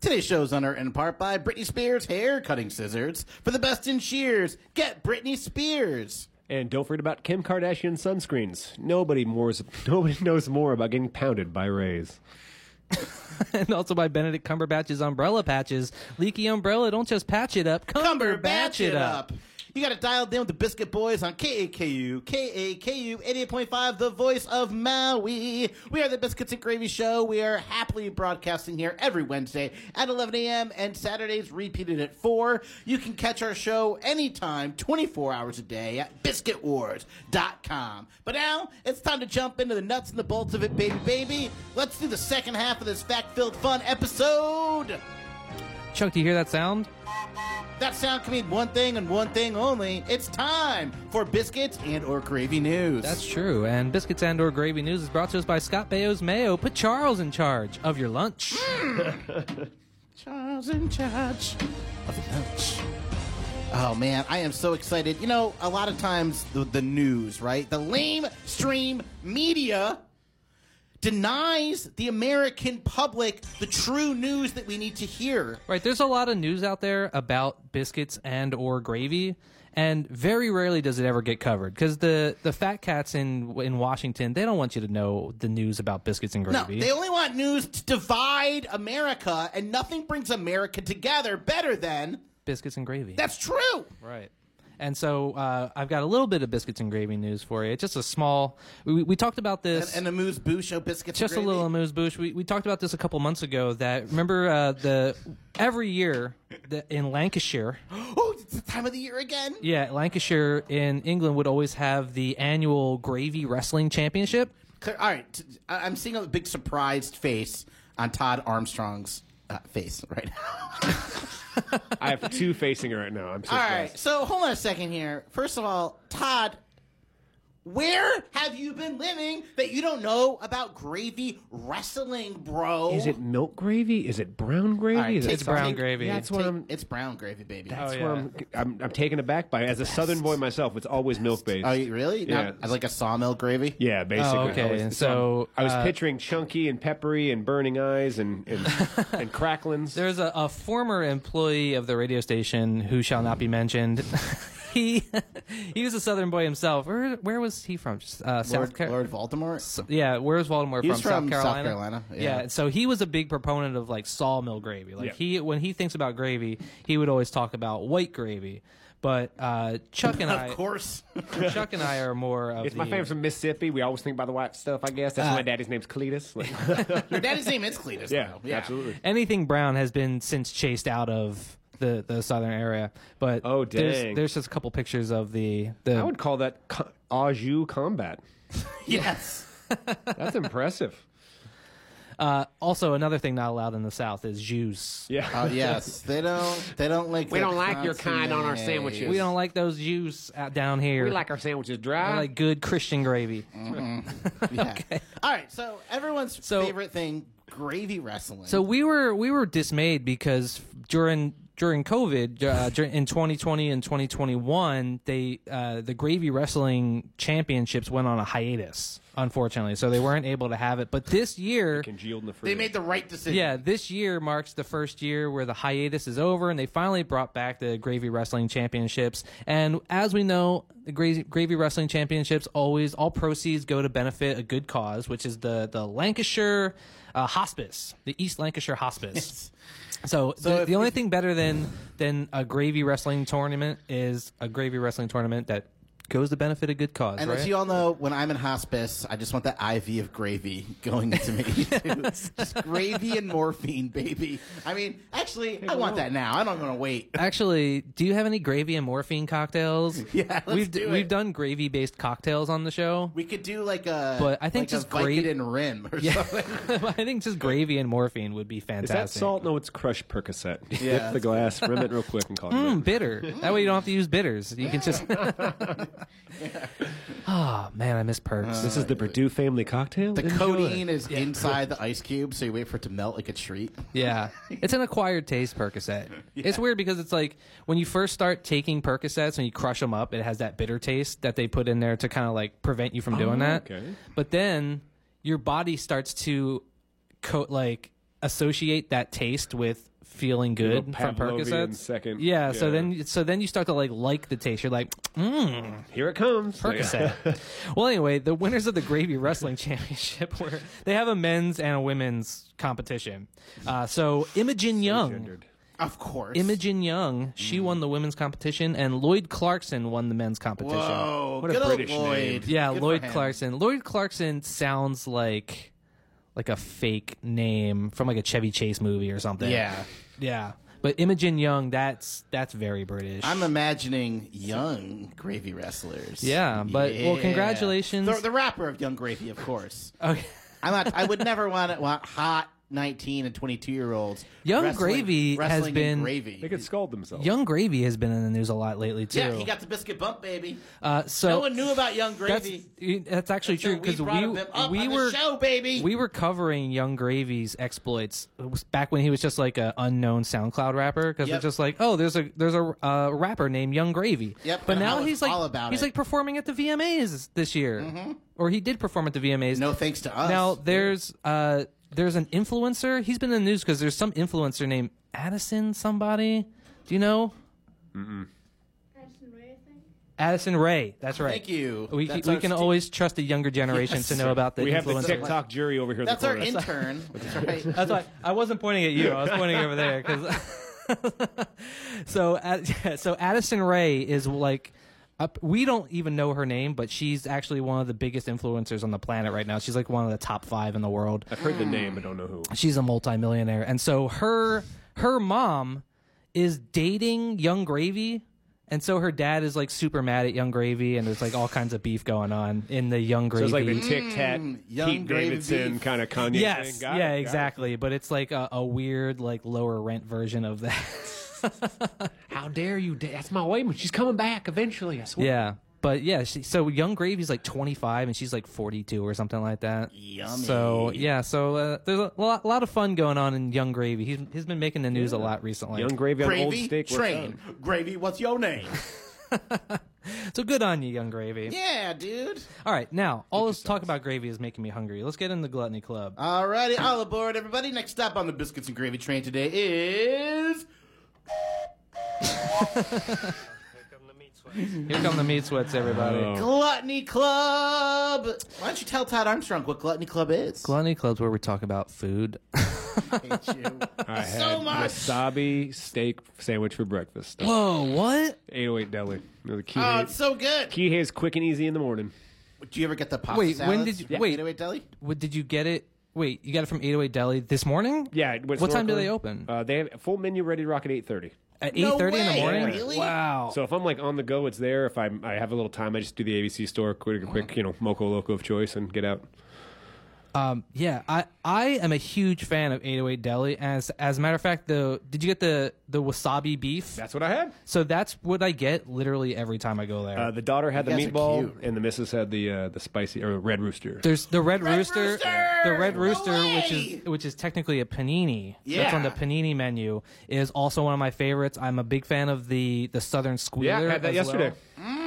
[SPEAKER 2] Today's show is under in part by Britney Spears hair cutting scissors for the best in shears. Get Britney Spears.
[SPEAKER 6] And don't forget about Kim Kardashian sunscreens. Nobody more (laughs) nobody knows more about getting pounded by rays.
[SPEAKER 5] (laughs) and also by Benedict Cumberbatch's umbrella patches. Leaky umbrella, don't just patch it up, Cumberbatch it up.
[SPEAKER 2] You got it dialed in with the Biscuit Boys on KAKU, KAKU 88.5, the voice of Maui. We are the Biscuits and Gravy Show. We are happily broadcasting here every Wednesday at 11 a.m. and Saturdays repeated at 4. You can catch our show anytime, 24 hours a day at biscuitwars.com. But now it's time to jump into the nuts and the bolts of it, baby, baby. Let's do the second half of this fact filled fun episode.
[SPEAKER 5] Chuck, do you hear that sound?
[SPEAKER 2] That sound can mean one thing and one thing only. It's time for biscuits and or gravy news.
[SPEAKER 5] That's true. And Biscuits and or Gravy News is brought to us by Scott Baio's Mayo. Put Charles in charge of your lunch.
[SPEAKER 2] Mm. Charles in charge of the lunch. Oh man, I am so excited. You know, a lot of times the, the news, right? The lamestream media denies the American public the true news that we need to hear.
[SPEAKER 5] Right, there's a lot of news out there about biscuits and or gravy, and very rarely does it ever get covered because the the fat cats in in Washington they don't want you to know the news about biscuits and
[SPEAKER 2] No,
[SPEAKER 5] gravy.
[SPEAKER 2] they only want news to divide America, and nothing brings America together better than
[SPEAKER 5] biscuits and gravy.
[SPEAKER 2] that's true.
[SPEAKER 5] Right. And so uh, I've got a little bit of biscuits and gravy news for you. It's just a small. We, we talked about
[SPEAKER 2] And,
[SPEAKER 5] this.
[SPEAKER 2] and Amuse Boucho biscuits. and
[SPEAKER 5] just a
[SPEAKER 2] gravy.
[SPEAKER 5] little amuse bouche. We, we talked about this a couple months ago. That remember uh, the every year the,
[SPEAKER 2] (gasps)
[SPEAKER 5] in Lancashire,
[SPEAKER 2] Oh, it's the time of the year again.
[SPEAKER 5] yeah, Lancashire in England would always have the annual gravy wrestling championship.
[SPEAKER 2] Clear- All right, t- I- I'm seeing a big surprised face on Todd Armstrong's uh, face right now. (laughs)
[SPEAKER 6] I have
[SPEAKER 5] (laughs)
[SPEAKER 6] two facing it right now. I'm so
[SPEAKER 2] All right,
[SPEAKER 6] close.
[SPEAKER 2] so hold on a second here. First of all, Todd, where have you been living that you don't know about gravy wrestling, bro?
[SPEAKER 6] Is it milk gravy? Is it brown gravy?
[SPEAKER 2] All right,
[SPEAKER 6] Is it
[SPEAKER 2] take
[SPEAKER 5] It's brown
[SPEAKER 2] take-
[SPEAKER 5] gravy.
[SPEAKER 6] That's what
[SPEAKER 2] take-
[SPEAKER 6] I'm.
[SPEAKER 2] It's brown gravy, baby.
[SPEAKER 6] That's what
[SPEAKER 5] Oh, yeah.
[SPEAKER 6] I'm, I'm. I'm taken aback by. it. As a Southern boy myself, it's always milk based.
[SPEAKER 2] Oh, you really?
[SPEAKER 6] Yeah.
[SPEAKER 2] Not, like a sawmill gravy?
[SPEAKER 6] yeah, basically.
[SPEAKER 5] Oh, okay,
[SPEAKER 6] I was-
[SPEAKER 5] and so,
[SPEAKER 6] I was
[SPEAKER 5] uh,
[SPEAKER 6] picturing chunky and peppery and burning eyes and
[SPEAKER 5] (laughs)
[SPEAKER 6] and, and cracklings.
[SPEAKER 5] There's a, a former employee of the radio station who shall not be mentioned. (laughs) he he was a Southern boy himself. Where where was he from? Just, Uh, South
[SPEAKER 2] Lord,
[SPEAKER 5] Carolina.
[SPEAKER 2] Lord (laughs) Voldemort?
[SPEAKER 5] Yeah, where's Voldemort
[SPEAKER 2] He's
[SPEAKER 5] from?
[SPEAKER 2] from South
[SPEAKER 5] South Carolina.
[SPEAKER 2] Carolina, yeah.
[SPEAKER 5] Yeah. so he was a big proponent of like sawmill gravy. Like
[SPEAKER 6] Yeah.
[SPEAKER 5] he, when he thinks about gravy, he would always talk about white gravy. But uh, Chuck
[SPEAKER 6] (laughs)
[SPEAKER 5] and I,
[SPEAKER 2] Of
[SPEAKER 5] (laughs)
[SPEAKER 2] course.
[SPEAKER 5] Chuck and I are more of
[SPEAKER 6] It's
[SPEAKER 5] the, Uh,
[SPEAKER 6] my family's from Mississippi. We always think about the white stuff, I guess. That's why my daddy's name's
[SPEAKER 5] (laughs)
[SPEAKER 6] Cletus. Like, (laughs)
[SPEAKER 2] Your daddy's name is Cletus.
[SPEAKER 6] yeah,
[SPEAKER 2] though. yeah,
[SPEAKER 6] absolutely.
[SPEAKER 5] anything brown has been since chased out of the, the southern area. But
[SPEAKER 6] Oh, dang.
[SPEAKER 5] There's, there's just a couple pictures of the the.
[SPEAKER 6] I would call that co- au jus combat.
[SPEAKER 2] Yes.
[SPEAKER 8] (laughs)
[SPEAKER 6] That's impressive.
[SPEAKER 5] uh, also, another thing not allowed in the South is juice.
[SPEAKER 6] Yeah.
[SPEAKER 2] Oh yes, they don't. They don't like.
[SPEAKER 8] We
[SPEAKER 2] their
[SPEAKER 8] don't like your kind on our
[SPEAKER 2] consommé.
[SPEAKER 8] sandwiches.
[SPEAKER 5] We don't like those juice out down here.
[SPEAKER 8] We like uh, our sandwiches
[SPEAKER 5] I
[SPEAKER 8] dry.
[SPEAKER 5] like good Christian gravy.
[SPEAKER 2] Yeah. All right. So everyone's
[SPEAKER 5] So-
[SPEAKER 2] favorite thing, gravy wrestling.
[SPEAKER 5] So we were we were dismayed because during during COVID uh, dur- in 2020 and 2021 they uh, the Gravy Wrestling Championships went on a hiatus unfortunately so they weren't able to have it but this year
[SPEAKER 6] Congealed in the
[SPEAKER 2] they
[SPEAKER 6] freezer.
[SPEAKER 2] made the right decision.
[SPEAKER 5] yeah this year marks the first year where the hiatus is over and they finally brought back the Gravy Wrestling Championships and as we know the Gra- Gravy Wrestling Championships always all proceeds go to benefit a good cause which is the the Lancashire uh, Hospice the East Lancashire Hospice. So, the,
[SPEAKER 2] if
[SPEAKER 5] the only thing better than than a gravy wrestling tournament is a gravy wrestling tournament that goes to benefit a good cause,
[SPEAKER 2] And
[SPEAKER 5] right?
[SPEAKER 2] as you all know, when I'm in hospice, I just want that IV of gravy going into me. just gravy and morphine, baby. I mean, actually, I want that now. I don't want to wait.
[SPEAKER 5] Actually, do you have any gravy and morphine cocktails?
[SPEAKER 2] (laughs) Yeah, let's
[SPEAKER 5] we've
[SPEAKER 2] do it.
[SPEAKER 5] we've done gravy based cocktails on the show. (laughs)
[SPEAKER 2] We could do like a,
[SPEAKER 5] But I think
[SPEAKER 2] like
[SPEAKER 5] just
[SPEAKER 2] a Vicodin
[SPEAKER 5] gra-
[SPEAKER 2] rim or something.
[SPEAKER 5] I think just gravy and morphine would be
[SPEAKER 6] Is
[SPEAKER 5] fantastic.
[SPEAKER 6] that salt? No, it's crushed Percocet. (laughs)
[SPEAKER 2] Yeah.
[SPEAKER 6] Dip the glass, rim it real quick, and call it. a
[SPEAKER 5] Mm,
[SPEAKER 6] day.
[SPEAKER 5] bitter. That way you don't have to use bitters. You
[SPEAKER 6] (laughs)
[SPEAKER 5] can just. (laughs) oh man, I miss perks.
[SPEAKER 6] This is the Purdue family cocktail.
[SPEAKER 2] The
[SPEAKER 6] (laughs) Enjoy.
[SPEAKER 2] codeine is inside the ice cube, so you wait for it to melt like a treat.
[SPEAKER 5] Yeah, it's an acquired
[SPEAKER 6] (laughs)
[SPEAKER 5] taste Percocet. It's weird because it's like when you first start taking Percocets and you crush them up, it has that bitter taste that they put in there to kind of like prevent you from doing that.
[SPEAKER 6] Oh, okay.
[SPEAKER 5] But then your body starts to co- like associate that taste with feeling good
[SPEAKER 6] Little
[SPEAKER 5] from
[SPEAKER 6] Pavlovian
[SPEAKER 5] Percocets.
[SPEAKER 6] second-
[SPEAKER 5] yeah, So
[SPEAKER 6] yeah.
[SPEAKER 5] then, so then you start to like like the taste. You're like,
[SPEAKER 6] Here it comes.
[SPEAKER 5] Percocet.
[SPEAKER 2] (laughs)
[SPEAKER 5] well, anyway, the winners of the Gravy Wrestling Championship were they have a men's and a women's competition. Uh, so Imogen Young.
[SPEAKER 2] Of course.
[SPEAKER 5] Imogen Young, she
[SPEAKER 2] Mm.
[SPEAKER 5] won the women's competition, and Lloyd Clarkson won the men's competition.
[SPEAKER 2] Whoa,
[SPEAKER 6] a
[SPEAKER 2] good old
[SPEAKER 6] British name.
[SPEAKER 2] Lloyd.
[SPEAKER 5] Yeah,
[SPEAKER 2] Good for
[SPEAKER 5] Lloyd
[SPEAKER 2] him.
[SPEAKER 5] Clarkson. Lloyd Clarkson sounds like like a fake name from like a Chevy Chase movie or something.
[SPEAKER 2] Yeah.
[SPEAKER 5] yeah. But Imogen Young, that's that's very British.
[SPEAKER 2] I'm imagining young gravy wrestlers.
[SPEAKER 5] Yeah, but- well, congratulations.
[SPEAKER 2] The, the rapper of Young Gravy, of course.
[SPEAKER 5] Okay. (laughs)
[SPEAKER 2] I'm not. I would never want want hot 19 and 22 year olds.
[SPEAKER 5] Young
[SPEAKER 2] wrestling-
[SPEAKER 5] Gravy has
[SPEAKER 2] wrestling in
[SPEAKER 5] been-
[SPEAKER 6] They
[SPEAKER 2] gravy.
[SPEAKER 6] could scald themselves.
[SPEAKER 5] Young Gravy has been in the news a lot lately too.
[SPEAKER 2] Yeah, he got the biscuit bump, baby.
[SPEAKER 5] uh, so
[SPEAKER 2] no one knew about Young
[SPEAKER 5] that's
[SPEAKER 2] Gravy.
[SPEAKER 5] that's actually
[SPEAKER 2] So
[SPEAKER 5] true because
[SPEAKER 2] we brought
[SPEAKER 5] we
[SPEAKER 2] him up
[SPEAKER 5] we
[SPEAKER 2] on
[SPEAKER 5] were
[SPEAKER 2] the show, baby.
[SPEAKER 5] We were covering Young Gravy's exploits It was back when he was just like a unknown SoundCloud rapper because
[SPEAKER 2] Yep.
[SPEAKER 5] we're just like, oh, there's a there's a uh, rapper named Young Gravy.
[SPEAKER 2] Yep,
[SPEAKER 5] But
[SPEAKER 2] and I
[SPEAKER 5] now
[SPEAKER 2] was
[SPEAKER 5] he's like
[SPEAKER 2] all about
[SPEAKER 5] he's
[SPEAKER 2] it. Mm-hmm.
[SPEAKER 5] like performing at the VMAs this year, or he did perform at the VMAs.
[SPEAKER 2] no thanks to us.
[SPEAKER 5] Now there's uh there's an influencer. He's been in the news because there's some influencer named Addison somebody. Do you know Addison Ray? That's right.
[SPEAKER 2] Thank you.
[SPEAKER 5] We,
[SPEAKER 2] That's
[SPEAKER 5] we
[SPEAKER 2] our
[SPEAKER 5] can
[SPEAKER 2] Steve-
[SPEAKER 5] always trust the younger generation to know about the
[SPEAKER 6] we have the
[SPEAKER 5] influencer.
[SPEAKER 6] TikTok jury over here. in
[SPEAKER 2] That's
[SPEAKER 6] the
[SPEAKER 2] our
[SPEAKER 6] corner.
[SPEAKER 5] (laughs)
[SPEAKER 2] intern. That's right.
[SPEAKER 5] That's why I wasn't pointing at
[SPEAKER 6] (laughs)
[SPEAKER 5] you. I was pointing over there because. (laughs) so Ad- (laughs) yeah, so Addison Ray is like. Up, we don't even know her name, but she's actually one of the biggest influencers on the planet right now. She's like one of the top five in the world.
[SPEAKER 6] I've heard the name, but don't know who.
[SPEAKER 5] She's a multimillionaire, and so her her mom is dating Young Gravy, And so her dad is like super mad at Young Gravy, and there's like all kinds of beef going on in the Young
[SPEAKER 6] So
[SPEAKER 5] Gravy.
[SPEAKER 6] it's like the Tic Tac,
[SPEAKER 8] Mm.
[SPEAKER 2] young
[SPEAKER 6] Pete
[SPEAKER 2] gravy
[SPEAKER 6] Davidson
[SPEAKER 2] beef.
[SPEAKER 6] kind of Kanye
[SPEAKER 5] yes,
[SPEAKER 6] thing. Got it,
[SPEAKER 5] yeah,
[SPEAKER 6] got it.
[SPEAKER 5] exactly. But it's like a, a weird, like lower rent version of that. (laughs)
[SPEAKER 8] How dare you? da- That's my woman. She's coming back eventually. I swear.
[SPEAKER 5] yeah, but yeah. She, so Young Gravy's like 25, and she's like 42 or something like that.
[SPEAKER 2] Yummy.
[SPEAKER 5] So yeah, so uh, there's a lot, lot of fun going on in Young Gravy. He's, he's been making the news a lot recently.
[SPEAKER 6] Young gravy on old
[SPEAKER 2] Gravy
[SPEAKER 6] steak. works out.
[SPEAKER 2] train. Gravy, what's your name? (laughs)
[SPEAKER 5] so good on you, Young Gravy.
[SPEAKER 2] yeah, dude.
[SPEAKER 5] All right, now all this talk about gravy is making me hungry. Let's get in the gluttony club.
[SPEAKER 2] Alrighty, all aboard, everybody. Next stop on the biscuits and gravy train today is
[SPEAKER 5] Here come the meat sweats, everybody.
[SPEAKER 6] Uh.
[SPEAKER 2] Gluttony Club. Why don't you tell Todd Armstrong what Gluttony Club is?
[SPEAKER 5] Gluttony clubs where we talk about food.
[SPEAKER 2] Hate you.
[SPEAKER 6] I had
[SPEAKER 2] So much.
[SPEAKER 6] wasabi steak sandwich for breakfast.
[SPEAKER 5] (laughs)
[SPEAKER 6] (laughs)
[SPEAKER 5] Whoa, what?
[SPEAKER 6] 808 deli. No, the key,
[SPEAKER 2] oh,
[SPEAKER 6] hay-
[SPEAKER 2] it's so good.
[SPEAKER 6] key hay is quick and easy in the morning.
[SPEAKER 2] Do you ever get the pasta
[SPEAKER 5] Wait, when
[SPEAKER 2] salads?
[SPEAKER 5] did you-
[SPEAKER 2] Yeah.
[SPEAKER 5] wait.
[SPEAKER 2] 808 deli?
[SPEAKER 5] What did you get it? Wait, you got it from 808 Deli this morning?
[SPEAKER 6] Yeah. it was
[SPEAKER 5] What time do
[SPEAKER 6] locally.
[SPEAKER 5] they open?
[SPEAKER 6] Uh, they have a full menu ready to rock at 8:30.
[SPEAKER 5] At 8:30
[SPEAKER 2] No
[SPEAKER 5] in the
[SPEAKER 2] way,
[SPEAKER 5] morning?
[SPEAKER 2] really?
[SPEAKER 5] Wow.
[SPEAKER 6] So if I'm like on the go, it's there. If I'm, I have a little time, I just do the ABC store, quick,
[SPEAKER 5] Uh-huh.
[SPEAKER 6] quick, you know, moco loco of choice, and get out.
[SPEAKER 5] Um, yeah, I I am a huge fan of 808 Deli. As as a matter of fact, though, did you get the the wasabi beef?
[SPEAKER 6] That's what I had.
[SPEAKER 5] So that's what I get literally every time I go there.
[SPEAKER 6] Uh, the daughter had the
[SPEAKER 2] You guys are
[SPEAKER 6] meatball,
[SPEAKER 2] cute.
[SPEAKER 6] and the missus had the uh, the spicy or red rooster.
[SPEAKER 5] There's the red, rooster,
[SPEAKER 2] Rooster!
[SPEAKER 5] the red
[SPEAKER 2] No
[SPEAKER 5] rooster, which
[SPEAKER 2] way!
[SPEAKER 5] is which is technically a panini. that's
[SPEAKER 2] Yeah.
[SPEAKER 5] on the panini menu. Is also one of my favorites. I'm a big fan of the the southern squealer.
[SPEAKER 6] Yeah, I had that
[SPEAKER 5] as well. Mm.
[SPEAKER 6] yesterday.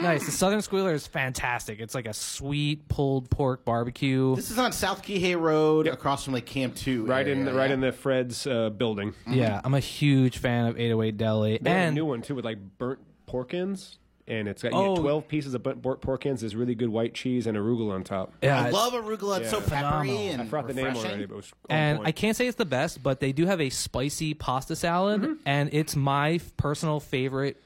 [SPEAKER 5] Nice. The southern squealer is fantastic. It's like a sweet pulled pork barbecue.
[SPEAKER 2] This is on South Kihei Road across from like Camp 2.
[SPEAKER 6] right in
[SPEAKER 2] area.
[SPEAKER 6] the, right in the Fred's uh, building.
[SPEAKER 5] yeah, I'm a huge fan of 808 Deli.
[SPEAKER 6] They had a
[SPEAKER 5] and
[SPEAKER 6] new one too with like burnt porkins, and it's got you
[SPEAKER 5] Oh.
[SPEAKER 6] get twelve pieces of burnt por- porkins, this really good white cheese, and arugula on top.
[SPEAKER 5] yeah,
[SPEAKER 2] I
[SPEAKER 5] it's-
[SPEAKER 2] love arugula. It's so peppery
[SPEAKER 5] Phenomenal.
[SPEAKER 2] and
[SPEAKER 6] I forgot the name
[SPEAKER 2] refreshing.
[SPEAKER 6] already, but it was on
[SPEAKER 5] and
[SPEAKER 6] point.
[SPEAKER 5] I can't say it's the best, but they do have a spicy pasta salad, and it's my f- personal favorite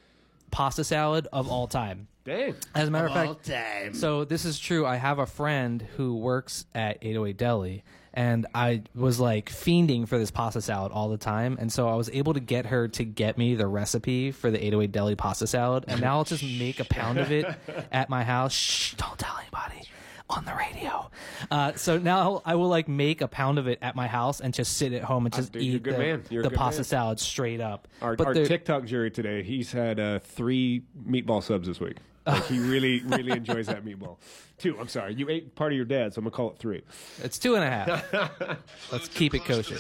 [SPEAKER 5] pasta salad of all time.
[SPEAKER 6] Dang.
[SPEAKER 5] As a matter of fact,
[SPEAKER 2] All time.
[SPEAKER 5] So this is true. I have a friend who works at 808 Deli, and I was like fiending for this pasta salad all the time. And so I was able to get her to get me the recipe for the 808 Deli pasta salad, and now I'll just make a pound
[SPEAKER 6] (laughs)
[SPEAKER 5] of it at my house. Shh! Don't tell anybody on the radio. Uh, so now I will like make a pound of it at my house and just sit at home and just
[SPEAKER 6] Uh, dude, you're a
[SPEAKER 5] eat
[SPEAKER 6] good
[SPEAKER 5] the,
[SPEAKER 6] man. You're a
[SPEAKER 5] the
[SPEAKER 6] good
[SPEAKER 5] pasta
[SPEAKER 6] man.
[SPEAKER 5] salad straight up.
[SPEAKER 6] Our,
[SPEAKER 5] But
[SPEAKER 6] our
[SPEAKER 5] they're-
[SPEAKER 6] TikTok jury today, he's had uh, three meatball subs this
[SPEAKER 5] (laughs)
[SPEAKER 6] week. Like, he really, really enjoys that meatball. Two, I'm sorry. You ate part of your dad's, so I'm going to call it three.
[SPEAKER 5] it's two and a
[SPEAKER 6] (laughs)
[SPEAKER 5] half. Let's keep it kosher.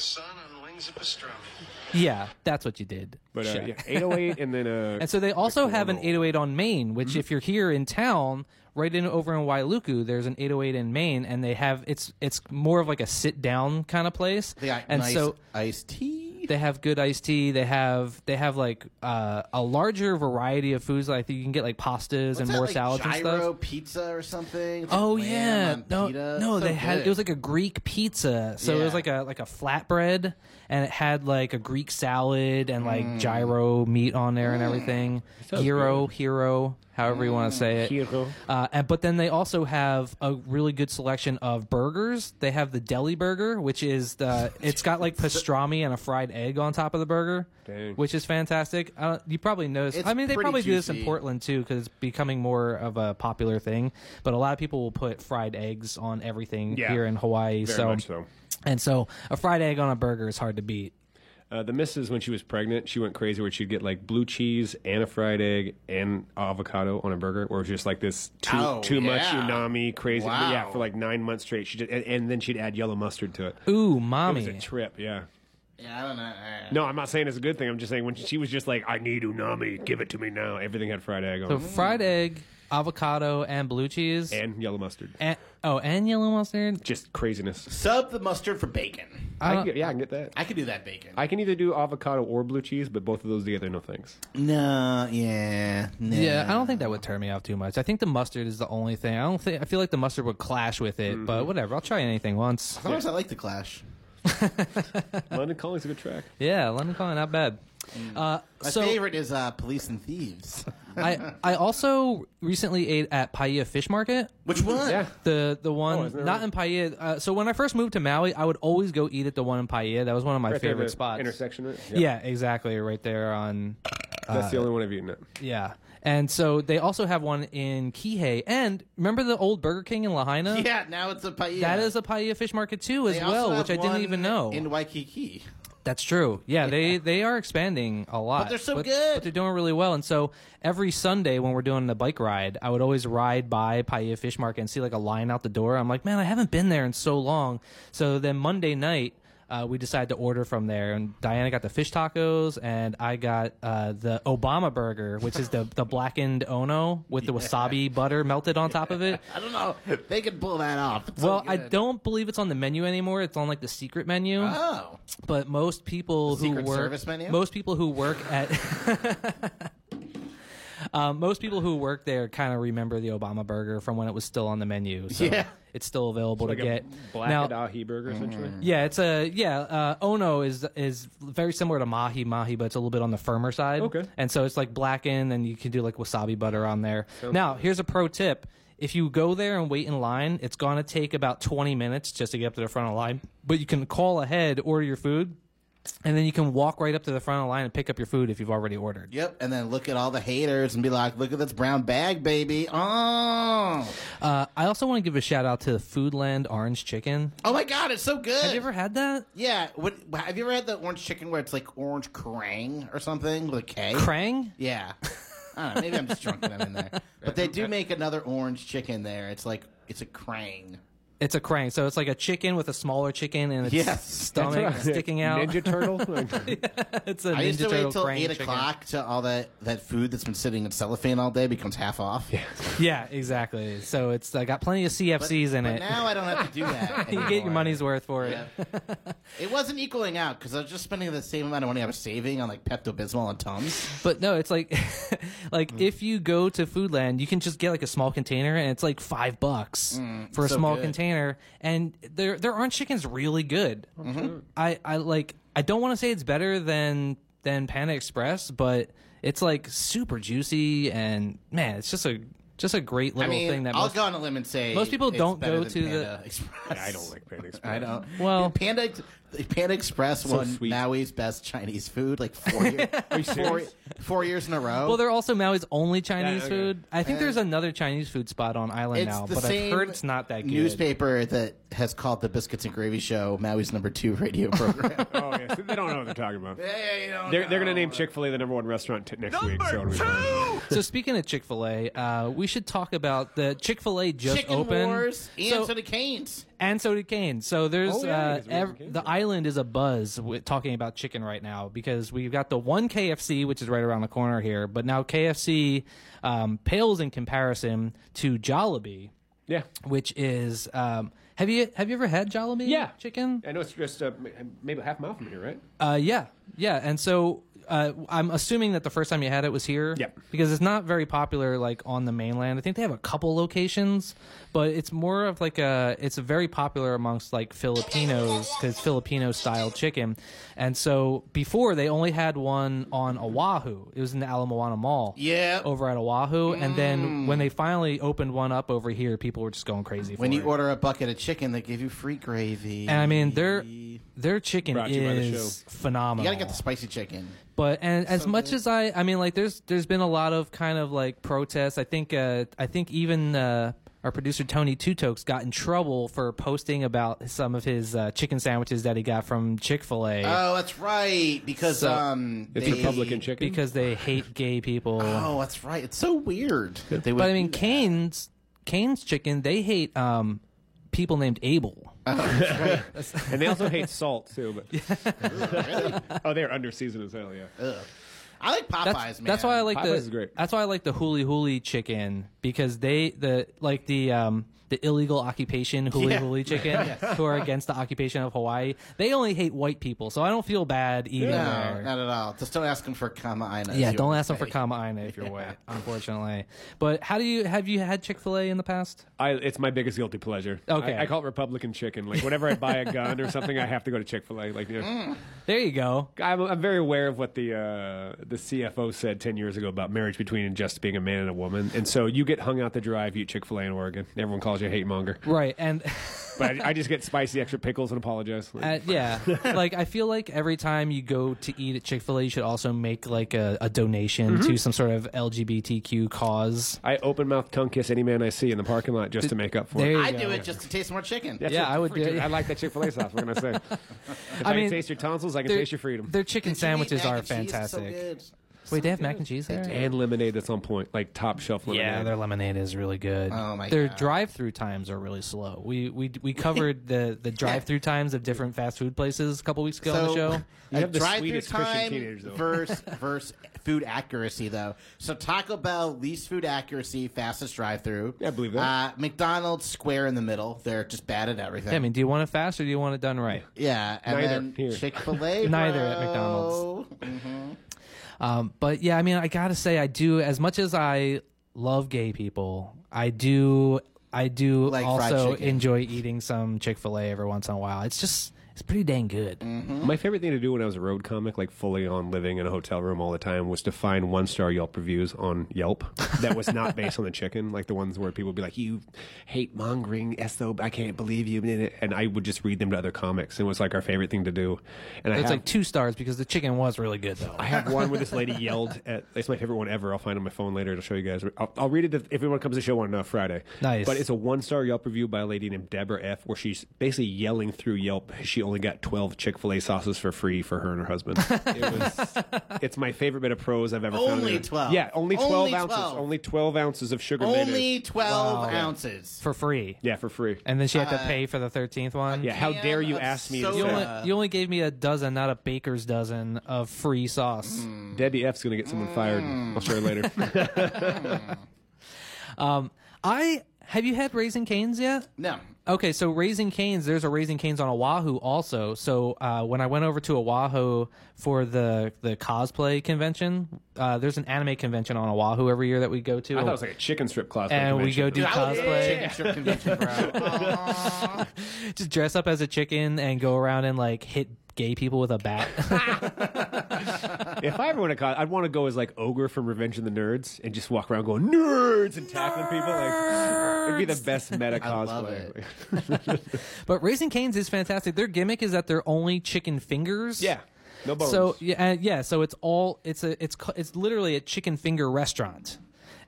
[SPEAKER 5] Yeah, that's what you did.
[SPEAKER 6] But uh,
[SPEAKER 5] Sure.
[SPEAKER 6] yeah, 808 and then uh,
[SPEAKER 5] And so they also
[SPEAKER 6] Victor
[SPEAKER 5] have an
[SPEAKER 6] Roll.
[SPEAKER 5] 808 on Maine, which
[SPEAKER 2] Mm-hmm.
[SPEAKER 5] if you're here in town, right in over in Wailuku, there's an 808 in Maine, and they have it's it's more of like a sit down kind of place.
[SPEAKER 2] They got
[SPEAKER 5] and
[SPEAKER 2] nice
[SPEAKER 5] so
[SPEAKER 2] iced tea.
[SPEAKER 5] they have good iced tea. They have they have like uh, a larger variety of foods. Like you can get like pastas and
[SPEAKER 2] What's
[SPEAKER 5] more
[SPEAKER 2] that,
[SPEAKER 5] salads
[SPEAKER 2] like, gyro
[SPEAKER 5] and stuff.
[SPEAKER 2] pizza or something. It's like
[SPEAKER 5] Oh
[SPEAKER 2] lamb
[SPEAKER 5] yeah,
[SPEAKER 2] on
[SPEAKER 5] no,
[SPEAKER 2] pita. So
[SPEAKER 5] no, they had
[SPEAKER 2] good.
[SPEAKER 5] it was like a Greek pizza, so it was
[SPEAKER 2] Yeah.
[SPEAKER 5] like a like a flatbread, and it had like a Greek salad and like
[SPEAKER 2] Mm.
[SPEAKER 5] gyro meat on there and everything. Gyro, hero, however you want to say it.
[SPEAKER 6] Hero.
[SPEAKER 5] Uh, and but then they also have a really good selection of burgers. They have the deli burger, which
[SPEAKER 2] (laughs)
[SPEAKER 5] is the it's got like pastrami and a fried egg on top of the burger,
[SPEAKER 6] Dang.
[SPEAKER 5] which is fantastic. Uh, you probably noticed.
[SPEAKER 2] It's
[SPEAKER 5] I mean, they
[SPEAKER 2] pretty
[SPEAKER 5] probably do this in
[SPEAKER 2] juicy.
[SPEAKER 5] Portland. Portland too because it's becoming more of a popular thing. But a lot of people will put fried eggs on everything
[SPEAKER 6] Yeah.
[SPEAKER 5] here in Hawaii.
[SPEAKER 6] Very
[SPEAKER 5] so,
[SPEAKER 6] much so.
[SPEAKER 5] and so a fried egg on a burger is hard to beat.
[SPEAKER 6] Uh, the missus, when she was pregnant, she went crazy where she'd get like blue cheese and a fried egg and avocado on a burger, or just like this too
[SPEAKER 2] Oh,
[SPEAKER 6] too much
[SPEAKER 2] yeah.
[SPEAKER 6] unami crazy.
[SPEAKER 2] Wow.
[SPEAKER 6] Yeah, for like nine months straight. She did, and, and then she'd add yellow mustard to it. It
[SPEAKER 5] Ooh,
[SPEAKER 6] was a
[SPEAKER 5] mommy!
[SPEAKER 6] trip. Yeah.
[SPEAKER 2] Yeah, I don't know. I-
[SPEAKER 6] No, I'm not saying it's a good thing. I'm just saying when she was just like, "I need unami, give it to me now." Everything had fried egg on
[SPEAKER 5] So
[SPEAKER 6] it
[SPEAKER 5] fried egg, avocado, and blue cheese.
[SPEAKER 6] and yellow mustard.
[SPEAKER 5] And- oh, and yellow mustard.
[SPEAKER 6] Just craziness.
[SPEAKER 2] Sub the mustard for bacon.
[SPEAKER 6] I can get, yeah, I can get that.
[SPEAKER 2] I could do that bacon.
[SPEAKER 6] I can either do avocado or blue cheese, but both of those together, no thanks.
[SPEAKER 5] (laughs)
[SPEAKER 2] no, yeah, no.
[SPEAKER 5] Yeah, I don't think that would turn me off too much. I think the mustard is the only thing. I don't think I feel like the mustard would clash with it,
[SPEAKER 6] Mm-hmm.
[SPEAKER 5] but whatever. I'll try anything once.
[SPEAKER 2] Sometimes I like the clash.
[SPEAKER 6] London Calling's a good track.
[SPEAKER 5] Yeah, London calling not bad.
[SPEAKER 6] Mm.
[SPEAKER 5] Uh,
[SPEAKER 2] My
[SPEAKER 5] so
[SPEAKER 2] favorite is uh, police and thieves.
[SPEAKER 5] I I also recently ate at Paia Fish Market.
[SPEAKER 2] Which one?
[SPEAKER 6] Yeah.
[SPEAKER 5] The the
[SPEAKER 2] Oh,
[SPEAKER 5] one
[SPEAKER 6] there
[SPEAKER 5] not
[SPEAKER 6] a-
[SPEAKER 5] in Paia. Uh, so when I first moved to Maui, I would always go eat at the one in Paia. That was one of my
[SPEAKER 6] Right there,
[SPEAKER 5] favorite
[SPEAKER 6] the
[SPEAKER 5] spots.
[SPEAKER 6] Intersection. Right?
[SPEAKER 5] Yeah, exactly. Right there on
[SPEAKER 6] That's the only one I've eaten it.
[SPEAKER 5] Yeah. And so they also have one in Kihei. And remember the old Burger King in Lahaina?
[SPEAKER 2] (laughs) Yeah, now it's a paella.
[SPEAKER 5] That is a paella fish market too, as
[SPEAKER 2] They also
[SPEAKER 5] well,
[SPEAKER 2] have
[SPEAKER 5] which I didn't
[SPEAKER 2] one
[SPEAKER 5] even know.
[SPEAKER 2] In Waikiki.
[SPEAKER 5] That's true. Yeah, they they are expanding a lot.
[SPEAKER 2] they're so good.
[SPEAKER 5] But they're doing really well. And so every Sunday when we're doing the bike ride, I would always ride by Paia Fish Market and see like a line out the door. I'm like, man, I haven't been there in so long. So then Monday night. Uh, we decided to order from there, and Diana got the fish tacos, and I got uh, the Obama burger, which is the the blackened ono with the wasabi butter melted on top of it.
[SPEAKER 2] I don't know. They can pull that off. It's (laughs) so
[SPEAKER 5] Well, I
[SPEAKER 2] good.
[SPEAKER 5] don't believe it's on the menu anymore. It's on like the secret menu
[SPEAKER 2] Oh. (laughs)
[SPEAKER 5] but most people who
[SPEAKER 2] Secret
[SPEAKER 5] work
[SPEAKER 2] Service menu?
[SPEAKER 5] most people who work at (laughs) um, most people who work there kind of remember the Obama burger from when it was still on the menu. So
[SPEAKER 2] Yeah.
[SPEAKER 5] it's still available to get
[SPEAKER 6] Black
[SPEAKER 5] now.
[SPEAKER 6] Adahi burger, essentially. (laughs)
[SPEAKER 5] Yeah, it's a yeah. Uh, ono is is very similar to mahi mahi, but it's a little bit on the firmer side.
[SPEAKER 6] Okay.
[SPEAKER 5] and so it's like blackened, and you can do like wasabi butter on there. now, here's a pro tip: if you go there and wait in line, it's gonna take about 20 minutes just to get up to the front of the line. But you can call ahead, order your food, and then you can walk right up to the front of the line and pick up your food if you've already ordered.
[SPEAKER 2] Yep. And then look at all the haters and be like, look at this brown bag, baby. Oh.
[SPEAKER 5] Uh, I also want to give a shout out to Foodland Orange Chicken.
[SPEAKER 2] Oh my God, it's so good.
[SPEAKER 5] Have you ever had that?
[SPEAKER 2] Yeah. What, have you ever had the orange chicken where it's like orange krang or something with a K?
[SPEAKER 5] Krang?
[SPEAKER 2] Yeah. I don't know. Maybe I'm just drunk when I'm in
[SPEAKER 5] (laughs)
[SPEAKER 2] there. But they do make another orange chicken there. It's like, it's a krang.
[SPEAKER 5] It's a krang, so it's like a chicken with a smaller chicken and its
[SPEAKER 2] Yes.
[SPEAKER 5] stomach (laughs) sticking out.
[SPEAKER 6] Ninja (laughs) Turtle. Like,
[SPEAKER 5] (laughs) It's a
[SPEAKER 2] I used
[SPEAKER 5] Ninja
[SPEAKER 2] to wait
[SPEAKER 5] Turtle
[SPEAKER 2] till
[SPEAKER 5] crane
[SPEAKER 2] 8
[SPEAKER 5] chicken.
[SPEAKER 2] o'clock till all that, that food that's been sitting in cellophane all day becomes half off. Yeah.
[SPEAKER 5] Yeah, exactly. So it's uh, got plenty of CFCs in
[SPEAKER 2] but
[SPEAKER 5] it.
[SPEAKER 2] now I don't have to do that.
[SPEAKER 5] (laughs) you get your money's worth for it.
[SPEAKER 2] It wasn't equaling out because I was just spending the same amount of money I was saving on like Pepto Bismol and Tums.
[SPEAKER 5] But no, it's like, (laughs) like
[SPEAKER 2] Mm.
[SPEAKER 5] if you go to Foodland, you can just get like a small container, and it's like five bucks for a
[SPEAKER 2] Mm, so
[SPEAKER 5] small
[SPEAKER 2] good.
[SPEAKER 5] container. And there, there aren't chickens really good.
[SPEAKER 6] Oh,
[SPEAKER 2] Mm-hmm.
[SPEAKER 5] I, I like. I don't want to say it's better than than Panda Express, but it's like super juicy, and man, it's just a just a great
[SPEAKER 2] I
[SPEAKER 5] little
[SPEAKER 2] mean,
[SPEAKER 5] thing that
[SPEAKER 2] I'll
[SPEAKER 5] most,
[SPEAKER 2] go on a limb and say
[SPEAKER 5] most people
[SPEAKER 2] it's
[SPEAKER 5] don't
[SPEAKER 2] better
[SPEAKER 5] go
[SPEAKER 2] than
[SPEAKER 5] to the-
[SPEAKER 2] Panda Express.
[SPEAKER 6] I don't like Panda
[SPEAKER 2] (laughs)
[SPEAKER 6] Express.
[SPEAKER 2] I don't.
[SPEAKER 5] Well-
[SPEAKER 2] Dude, Panda Ex- Panda Express won
[SPEAKER 6] sweet.
[SPEAKER 2] Maui's best Chinese food like four
[SPEAKER 5] (laughs)
[SPEAKER 2] years, four, four years in a row.
[SPEAKER 5] Well, they're also Maui's only Chinese
[SPEAKER 6] Yeah, okay.
[SPEAKER 5] food. I think there's another Chinese food spot on island
[SPEAKER 2] it's
[SPEAKER 5] now,
[SPEAKER 2] the
[SPEAKER 5] but I've
[SPEAKER 2] same
[SPEAKER 5] heard it's not that good.
[SPEAKER 2] newspaper that has called the Biscuits and Gravy Show Maui's number two radio (laughs) program.
[SPEAKER 6] Oh, yeah. so (laughs) they don't know what they're talking about.
[SPEAKER 2] hey, you know,
[SPEAKER 6] They're, they're going to name Chick fil A the number one restaurant t- next week. So it'll be fine.
[SPEAKER 5] So speaking of Chick Fil A, uh, we should talk about the Chick Fil A just
[SPEAKER 2] Chicken
[SPEAKER 5] opened,
[SPEAKER 2] Wars and
[SPEAKER 5] so,
[SPEAKER 2] so, the Canes.
[SPEAKER 5] and so did Kane. So there's
[SPEAKER 6] Oh, yeah,
[SPEAKER 5] uh,
[SPEAKER 6] because we
[SPEAKER 5] ev-
[SPEAKER 6] haven't came
[SPEAKER 5] the island is a buzz with talking about chicken right now because we've got the one KFC which is right around the corner here, but now KFC um, pales in comparison to Jollibee,
[SPEAKER 6] Yeah.
[SPEAKER 5] which is um, have you have you ever had Jollibee?
[SPEAKER 6] Yeah.
[SPEAKER 5] chicken.
[SPEAKER 6] I know it's just uh, m- maybe half a mile from here, right? (laughs)
[SPEAKER 5] Uh, yeah, yeah, and so uh, I'm assuming that the first time you had it was here,
[SPEAKER 6] Yep.
[SPEAKER 5] because it's not very popular like on the mainland. I think they have a couple locations, but it's more of like a it's very popular amongst like Filipinos because Filipino style chicken, and so before they only had one on Oahu. It was in the Alamoana Mall,
[SPEAKER 2] Yeah. Mm.
[SPEAKER 5] over at Oahu, and then when they finally opened one up over here, people were just going crazy.
[SPEAKER 2] When
[SPEAKER 5] for
[SPEAKER 2] you
[SPEAKER 5] it.
[SPEAKER 2] order a bucket of chicken, they give you free gravy.
[SPEAKER 5] and I mean their their chicken
[SPEAKER 6] Brought to you by the
[SPEAKER 5] is phenomenal.
[SPEAKER 2] you gotta get the spicy chicken.
[SPEAKER 5] But and as much as I, I mean, like there's there's been a lot of kind of like protests. I think uh, I think even uh, our producer Tony Tutokes got in trouble for posting about some of his uh, chicken sandwiches that he got from Chick Fil A
[SPEAKER 2] Oh, that's right. Because
[SPEAKER 5] So-
[SPEAKER 2] um,
[SPEAKER 6] It's
[SPEAKER 2] they-
[SPEAKER 6] Republican chicken.
[SPEAKER 5] because they hate gay people.
[SPEAKER 2] Oh, that's right. It's so weird that they would.
[SPEAKER 5] but I mean,
[SPEAKER 2] do that.
[SPEAKER 5] Cane's Cane's chicken, they hate um, people named Abel.
[SPEAKER 6] and they also hate salt, too. But
[SPEAKER 5] (laughs)
[SPEAKER 6] Oh, they're under seasoned as hell, yeah.
[SPEAKER 2] I like Popeyes,
[SPEAKER 5] That's,
[SPEAKER 2] man.
[SPEAKER 5] that's why I like the.
[SPEAKER 6] Popeyes is great.
[SPEAKER 5] That's why I like the hooly hooly chicken because they the like the um the
[SPEAKER 6] (laughs)
[SPEAKER 5] illegal occupation hooly hooly chicken who are against the occupation of Hawaii. They only hate white people, so I don't feel bad either.
[SPEAKER 2] No,
[SPEAKER 5] way.
[SPEAKER 2] not at all. Just don't ask them for Kamaaina.
[SPEAKER 5] Yeah, don't ask them for kama ina if
[SPEAKER 2] (laughs)
[SPEAKER 5] you're white, unfortunately. But how do you have you had Chick Fil A in the past?
[SPEAKER 6] I, it's my biggest guilty pleasure.
[SPEAKER 5] Okay.
[SPEAKER 6] I, I call it Republican chicken. Like, whenever I buy a gun or something, I have to go to Chick fil A. Like, you know,
[SPEAKER 5] There you go.
[SPEAKER 6] I'm, I'm very aware of what the uh, the CFO said 10 years ago about marriage between and just being a man and a woman. And so you get hung out the dry if you eat Chick fil A in Oregon. Everyone calls you a hate monger.
[SPEAKER 5] Right, and (laughs)
[SPEAKER 6] But I, I just get spicy extra pickles and apologize. Like,
[SPEAKER 5] uh, yeah, like I feel like every time you go to eat at Chick Fil A, you should also make like a, a donation
[SPEAKER 6] Mm-hmm.
[SPEAKER 5] to some sort of LGBTQ cause.
[SPEAKER 6] I open mouth tongue kiss any man I see in the parking lot just to make up for
[SPEAKER 5] There
[SPEAKER 6] it.
[SPEAKER 5] you
[SPEAKER 2] I
[SPEAKER 5] go.
[SPEAKER 2] do it just to taste more chicken.
[SPEAKER 6] That's
[SPEAKER 5] yeah,
[SPEAKER 6] it.
[SPEAKER 5] I would do it.
[SPEAKER 6] I like that Chick Fil A sauce. What can
[SPEAKER 5] (laughs)
[SPEAKER 6] I say? If I,
[SPEAKER 5] mean,
[SPEAKER 6] can taste your tonsils, I can
[SPEAKER 5] Their-
[SPEAKER 6] taste your freedom.
[SPEAKER 5] Their chicken
[SPEAKER 2] Did you eat
[SPEAKER 5] sandwiches
[SPEAKER 2] mac
[SPEAKER 5] are
[SPEAKER 2] and cheese? It's so
[SPEAKER 5] fantastic.
[SPEAKER 2] good.
[SPEAKER 5] Wait, they have mac and cheese there.
[SPEAKER 6] And lemonade that's on point, like top shelf lemonade.
[SPEAKER 5] Yeah, their lemonade is really good.
[SPEAKER 2] Oh, my
[SPEAKER 5] their
[SPEAKER 2] God.
[SPEAKER 5] drive-through times are really slow. We we we covered the
[SPEAKER 2] (laughs)
[SPEAKER 5] the drive-through times of different fast food places a couple weeks ago on the show.
[SPEAKER 6] (laughs) You have the
[SPEAKER 2] drive through
[SPEAKER 6] sweetest Christian
[SPEAKER 2] time
[SPEAKER 6] teenagers, though. (laughs)
[SPEAKER 2] versus versus food accuracy though. So Taco Bell least food accuracy, fastest drive through.
[SPEAKER 6] Yeah, I believe that.
[SPEAKER 2] Uh, McDonald's square in the middle. They're just bad at everything.
[SPEAKER 5] Yeah, I mean, do you want it fast or do you want it done right?
[SPEAKER 2] Yeah, and
[SPEAKER 6] Neither
[SPEAKER 2] then
[SPEAKER 6] here.
[SPEAKER 2] Chick Fil A.
[SPEAKER 5] (laughs) Neither at Um, but yeah, I mean, I gotta say, I do as much as I love gay people, I do, I do
[SPEAKER 2] Like fried
[SPEAKER 5] also
[SPEAKER 2] chicken.
[SPEAKER 5] enjoy eating some Chick Fil A every once in a while. It's just, it's pretty dang good.
[SPEAKER 6] My favorite thing to do when I was a road comic, like fully on living in a hotel room all the time, was to find one star Yelp reviews on Yelp that was not based on the chicken, like the ones where people would be like, "You hate mongering, so I can't believe you," and I would just read them to other comics, and it was like our favorite thing to do. And I
[SPEAKER 5] It's
[SPEAKER 6] have,
[SPEAKER 5] like two stars because the chicken was really good though.
[SPEAKER 6] I have one where this lady
[SPEAKER 5] (laughs)
[SPEAKER 6] yelled at. It's my favorite one ever. I'll find it on my phone later. It'll show you guys. I'll, I'll read it if everyone comes to the show on uh, Friday.
[SPEAKER 5] Nice.
[SPEAKER 6] But it's a one star Yelp review by a lady named Deborah F. Where she's basically yelling through Yelp. She only got twelve Chick fil A sauces for free for her and her
[SPEAKER 5] (laughs)
[SPEAKER 6] husband. It was. it's my favorite bit of prose I've ever found.
[SPEAKER 2] Only
[SPEAKER 6] in a-
[SPEAKER 2] 12.
[SPEAKER 6] Yeah, only twelve
[SPEAKER 2] Only
[SPEAKER 6] ounces.
[SPEAKER 2] 12.
[SPEAKER 6] Only twelve ounces of sugar. made it.
[SPEAKER 2] Only twelve ounces.
[SPEAKER 5] for free.
[SPEAKER 6] Yeah, for free.
[SPEAKER 5] And then she had to pay for the thirteenth one.
[SPEAKER 6] yeah, how
[SPEAKER 2] can
[SPEAKER 6] dare you
[SPEAKER 2] of
[SPEAKER 6] ask me?
[SPEAKER 5] You
[SPEAKER 2] soda.
[SPEAKER 6] To
[SPEAKER 5] only,
[SPEAKER 6] say,
[SPEAKER 2] Yeah.
[SPEAKER 5] you only gave me a dozen, not a baker's dozen of free sauce.
[SPEAKER 6] Debbie F's gonna get someone fired. I'll show you
[SPEAKER 5] (laughs)
[SPEAKER 6] later.
[SPEAKER 5] Um, I have you had raisin canes yet?
[SPEAKER 2] No.
[SPEAKER 5] Okay, so Raising Canes, there's a Raising Canes on Oahu also. So uh, when I went over to Oahu for the the cosplay convention, uh, there's an anime convention on Oahu every year that we go
[SPEAKER 6] I
[SPEAKER 5] to.
[SPEAKER 6] thought it was like a chicken strip closet.
[SPEAKER 5] and we go do
[SPEAKER 2] Dude, I would love a
[SPEAKER 5] cosplay,
[SPEAKER 2] chicken strip convention,
[SPEAKER 6] (laughs)
[SPEAKER 2] bro.
[SPEAKER 5] just dress up as a chicken and go around and like hit gay people with a bat. (laughs)
[SPEAKER 6] If I ever went to college, I'd want to go as like ogre from Revenge of the Nerds and just walk around going nerds and tackling people. Like it'd be the best meta
[SPEAKER 2] I love
[SPEAKER 6] cosplay.
[SPEAKER 2] it.
[SPEAKER 5] but Raising Canes is fantastic. Their gimmick is that they're only chicken fingers.
[SPEAKER 6] (laughs) yeah, no bones.
[SPEAKER 5] So yeah, uh, yeah. So it's all it's a it's ca- it's literally a chicken finger restaurant,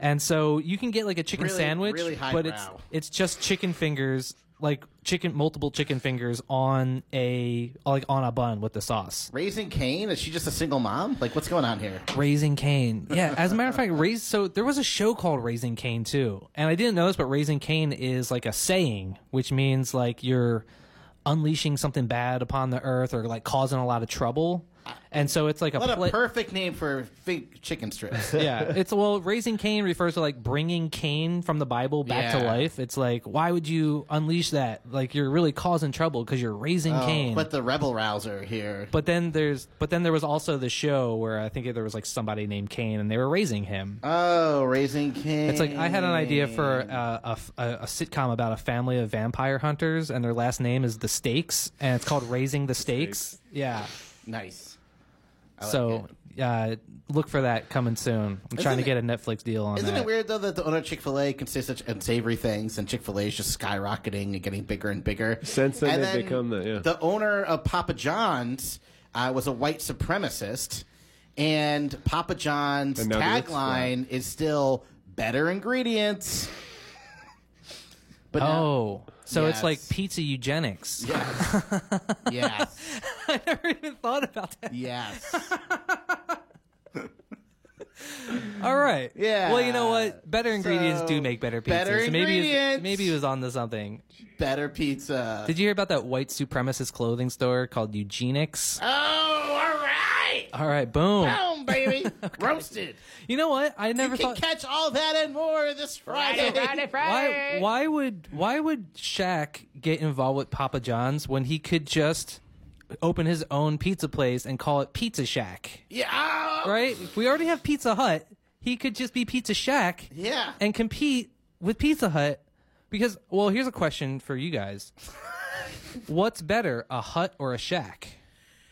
[SPEAKER 5] and so you can get like a chicken
[SPEAKER 2] Really-
[SPEAKER 5] sandwich,
[SPEAKER 2] really high
[SPEAKER 5] but
[SPEAKER 2] brow.
[SPEAKER 5] it's it's just chicken fingers, like chicken multiple chicken fingers on a like on a bun with the sauce.
[SPEAKER 2] Raising Cain? Is she just a single mom? Like, what's going on here?
[SPEAKER 5] Raising Cain, yeah. As a matter of fact, raise. So there was a show called Raising Cain too, and I didn't know this, but Raising Cain is like a saying, which means like you're unleashing something bad upon the earth or like causing a lot of trouble. And so it's like a,
[SPEAKER 2] What a (laughs)
[SPEAKER 5] pla-
[SPEAKER 2] perfect name for fake chicken strips.
[SPEAKER 5] yeah, it's well, raising Cain refers to like bringing Cain from the Bible back to
[SPEAKER 2] Yeah.
[SPEAKER 5] life. It's like, why would you unleash that? Like you're really causing trouble because you're raising Cain.
[SPEAKER 2] But Oh, the rebel rouser here.
[SPEAKER 5] But then there's, but then there was also the show where I think there was like somebody named Cain and they were raising him.
[SPEAKER 2] Oh, Raising Cain.
[SPEAKER 5] It's like I had an idea for uh, a, f- a- a sitcom about a family of vampire hunters and their last name is the Stakes and it's called Raising the Stakes. Yeah,
[SPEAKER 2] Nice.
[SPEAKER 5] so. Uh, look for that coming soon. I'm trying to
[SPEAKER 2] it-
[SPEAKER 5] get a Netflix deal on
[SPEAKER 2] Isn't
[SPEAKER 5] that.
[SPEAKER 2] it weird though that the owner of Chick Fil A can say such unsavory things, and Chick Fil A is just skyrocketing and getting bigger and bigger?
[SPEAKER 6] Since then,
[SPEAKER 2] And
[SPEAKER 6] they've become the- yeah.
[SPEAKER 2] the owner of Papa John's uh, was a white supremacist, and Papa John's
[SPEAKER 6] And now the X
[SPEAKER 2] tagline is still "better ingredients." But now-
[SPEAKER 5] Oh, so it's like
[SPEAKER 2] Yes. (laughs)
[SPEAKER 5] pizza eugenics.
[SPEAKER 2] yes,
[SPEAKER 5] (laughs)
[SPEAKER 2] yes,
[SPEAKER 5] I never even thought about that.
[SPEAKER 2] yes.
[SPEAKER 5] (laughs) All right.
[SPEAKER 2] Yeah.
[SPEAKER 5] Well, you know what? Better ingredients
[SPEAKER 2] So,
[SPEAKER 5] do make better pizza.
[SPEAKER 2] better
[SPEAKER 5] so maybe
[SPEAKER 2] ingredients.
[SPEAKER 5] It's, maybe it was onto something.
[SPEAKER 2] better pizza.
[SPEAKER 5] Did you hear about that white supremacist clothing store called Eugenics?
[SPEAKER 2] oh, all right,
[SPEAKER 5] All right, boom.
[SPEAKER 2] boom, baby, roasted.
[SPEAKER 5] You know what? I never
[SPEAKER 2] You can
[SPEAKER 5] thought
[SPEAKER 2] catch all that and more this Friday.
[SPEAKER 5] why why would why would Shaq get involved with Papa John's when he could just open his own pizza place and call it Pizza Shack?
[SPEAKER 2] (laughs) Yeah.
[SPEAKER 5] Right? We already have Pizza Hut. He could just be Pizza Shack.
[SPEAKER 2] Yeah.
[SPEAKER 5] and compete with Pizza Hut because well,
[SPEAKER 2] (laughs)
[SPEAKER 5] here's a question for you guys. What's better, a hut or a shack?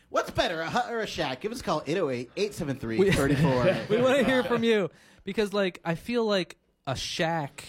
[SPEAKER 2] What's better, a hut or a shack? Give us a call 808 873 34.
[SPEAKER 5] We want to hear from you because, like, I feel like a shack.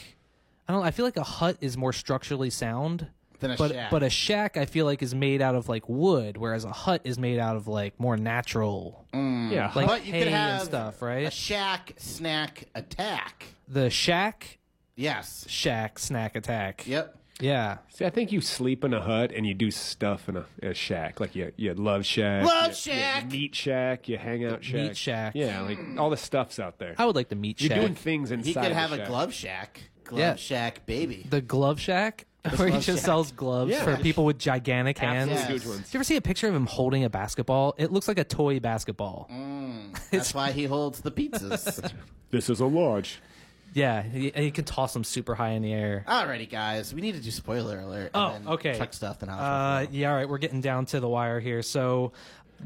[SPEAKER 5] I don't. I feel like a hut is more structurally sound
[SPEAKER 2] Than a
[SPEAKER 5] but,
[SPEAKER 2] shack.
[SPEAKER 5] But a shack, I feel like, is made out of like wood, whereas a hut is made out of like more natural,
[SPEAKER 6] Hmm. Yeah.
[SPEAKER 5] like
[SPEAKER 2] But you
[SPEAKER 5] hay
[SPEAKER 2] could have
[SPEAKER 5] and stuff,
[SPEAKER 2] a
[SPEAKER 5] right?
[SPEAKER 2] shack snack attack.
[SPEAKER 5] the shack,
[SPEAKER 2] Yes.
[SPEAKER 5] shack, snack attack.
[SPEAKER 2] Yep.
[SPEAKER 5] Yeah.
[SPEAKER 6] See, I think you sleep in a hut and you do stuff in a, a shack. Like you, you love shack.
[SPEAKER 2] Love
[SPEAKER 6] you,
[SPEAKER 2] shack!
[SPEAKER 6] You meat shack. You hang out shack.
[SPEAKER 5] Meat shack.
[SPEAKER 6] Yeah, like all the stuff's out there.
[SPEAKER 5] I would like the meat
[SPEAKER 6] You're
[SPEAKER 5] shack.
[SPEAKER 6] doing things inside.
[SPEAKER 2] He could
[SPEAKER 6] the
[SPEAKER 2] have a
[SPEAKER 6] shack.
[SPEAKER 2] glove shack. Glove
[SPEAKER 5] Yeah.
[SPEAKER 2] shack, baby.
[SPEAKER 5] the glove shack, where he
[SPEAKER 2] glove
[SPEAKER 5] just
[SPEAKER 2] shack.
[SPEAKER 5] sells gloves
[SPEAKER 6] Yeah.
[SPEAKER 5] for people with gigantic hands.
[SPEAKER 2] Absolutely.
[SPEAKER 6] Huge
[SPEAKER 2] Yes.
[SPEAKER 6] ones.
[SPEAKER 5] Did you ever see a picture of him holding a basketball? It looks like a toy basketball.
[SPEAKER 2] That's why he holds the pizzas.
[SPEAKER 6] This is a lodge.
[SPEAKER 5] Yeah, he, he can toss them super high in the air.
[SPEAKER 2] Alrighty, guys. We need to do spoiler alert. and
[SPEAKER 5] Oh,
[SPEAKER 2] then
[SPEAKER 5] okay.
[SPEAKER 2] Chuck stuff and
[SPEAKER 5] Uh, yeah, all right, we're getting down to the wire here. So,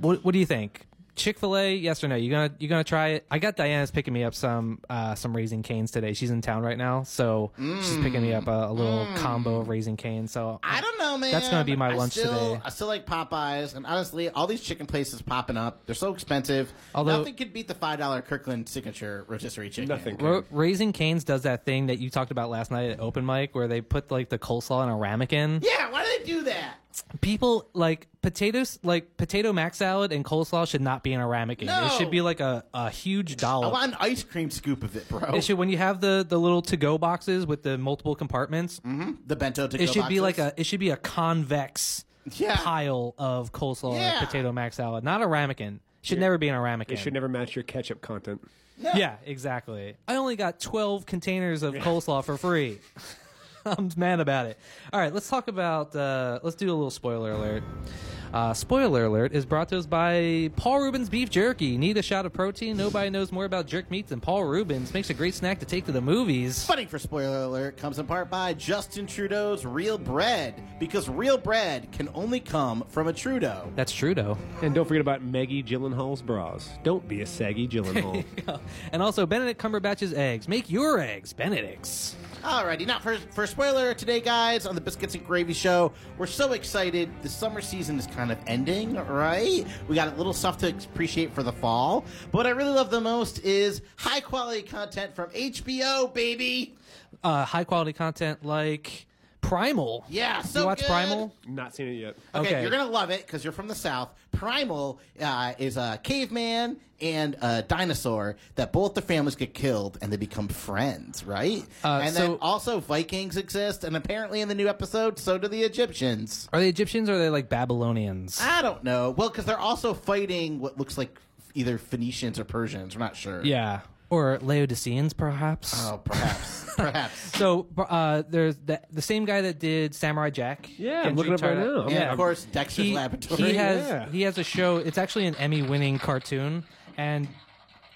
[SPEAKER 5] what, what do you think? Chick Fil A, yes or no? You gonna you gonna try it? I got Diana's picking me up some uh, some raising canes today. She's in town right now, so she's picking me up a, a little combo of raising canes. So
[SPEAKER 2] Mm. I don't know, man.
[SPEAKER 5] That's gonna be my
[SPEAKER 2] I
[SPEAKER 5] lunch
[SPEAKER 2] still-
[SPEAKER 5] today.
[SPEAKER 2] I still like Popeyes, and honestly, all these chicken places popping up. They're so expensive.
[SPEAKER 5] Although-
[SPEAKER 2] nothing could beat the five dollar Kirkland signature rotisserie chicken.
[SPEAKER 6] Nothing.
[SPEAKER 5] Ro- Raising Canes does that thing that you talked about last night at open mic, where they put like the coleslaw in a ramekin.
[SPEAKER 2] Yeah, why do they do that?
[SPEAKER 5] People like potatoes, like potato mac salad and coleslaw should not be in a ramekin.
[SPEAKER 2] No. Oh,
[SPEAKER 5] It should be like a, a huge
[SPEAKER 2] I
[SPEAKER 5] dollop.
[SPEAKER 2] want an ice cream scoop of it, bro.
[SPEAKER 5] Oh. It should when you have the the little to go boxes with the multiple compartments.
[SPEAKER 2] the bento to
[SPEAKER 5] It should be like a it should be a convex
[SPEAKER 2] Yeah.
[SPEAKER 5] pile of coleslaw
[SPEAKER 2] Yeah.
[SPEAKER 5] or potato mac salad, not a ramekin. Should never be in a ramekin.
[SPEAKER 6] It should never match your ketchup content.
[SPEAKER 5] Yeah, exactly. I only got 12 containers of coleslaw
[SPEAKER 2] (laughs)
[SPEAKER 5] for free. I'm mad about it. All right, let's talk about. Uh, let's do a little spoiler alert. Uh, spoiler alert is brought to us by Paul Rubens Beef Jerky. Need a shot of protein? Nobody knows more about jerk meats than Paul Rubens. Makes a great snack to take to the movies.
[SPEAKER 2] Funding for spoiler alert comes in part by Justin Trudeau's Real Bread, because real bread can only come from a Trudeau.
[SPEAKER 5] That's Trudeau.
[SPEAKER 6] And don't forget about Maggie Gyllenhaal's bras. Don't be a saggy
[SPEAKER 5] (laughs)
[SPEAKER 6] Gyllenhaal.
[SPEAKER 5] And also Benedict Cumberbatch's eggs. Make your eggs, Benedict's.
[SPEAKER 2] Alrighty, now for, for spoiler today, guys, on the Biscuits and Gravy Show, we're so excited. The summer season is kind of ending, right? We got a little stuff to appreciate for the fall. But what I really love the most is high quality content from HBO, baby.
[SPEAKER 5] Uh, high quality content like Primal.
[SPEAKER 2] Yeah, so
[SPEAKER 5] you watch
[SPEAKER 2] good.
[SPEAKER 5] Primal?
[SPEAKER 6] Not seen it yet.
[SPEAKER 2] Okay,
[SPEAKER 5] Okay.
[SPEAKER 2] you're gonna love it because you're from the South. Primal uh, is a caveman and a dinosaur that both their families get killed and they become friends, right?
[SPEAKER 5] Uh,
[SPEAKER 2] and
[SPEAKER 5] so-
[SPEAKER 2] then also Vikings exist, and apparently in the new episode, so do the Egyptians.
[SPEAKER 5] Are they Egyptians or are they like Babylonians?
[SPEAKER 2] I don't know. Well, because they're also fighting what looks like either Phoenicians or Persians. We're not sure.
[SPEAKER 5] Yeah. Or Laodiceans, perhaps.
[SPEAKER 2] Oh,
[SPEAKER 5] (laughs)
[SPEAKER 2] perhaps, perhaps.
[SPEAKER 5] So uh, there's the, the same guy that did Samurai Jack.
[SPEAKER 6] Yeah, I'm
[SPEAKER 5] Kenji
[SPEAKER 6] looking it up right
[SPEAKER 5] Tartar.
[SPEAKER 6] now. I'm-
[SPEAKER 2] Yeah, of course, Dexter's
[SPEAKER 5] Oh, He,
[SPEAKER 2] Laboratory.
[SPEAKER 5] he has
[SPEAKER 6] yeah.
[SPEAKER 5] he has a show. It's actually an Emmy-winning cartoon, and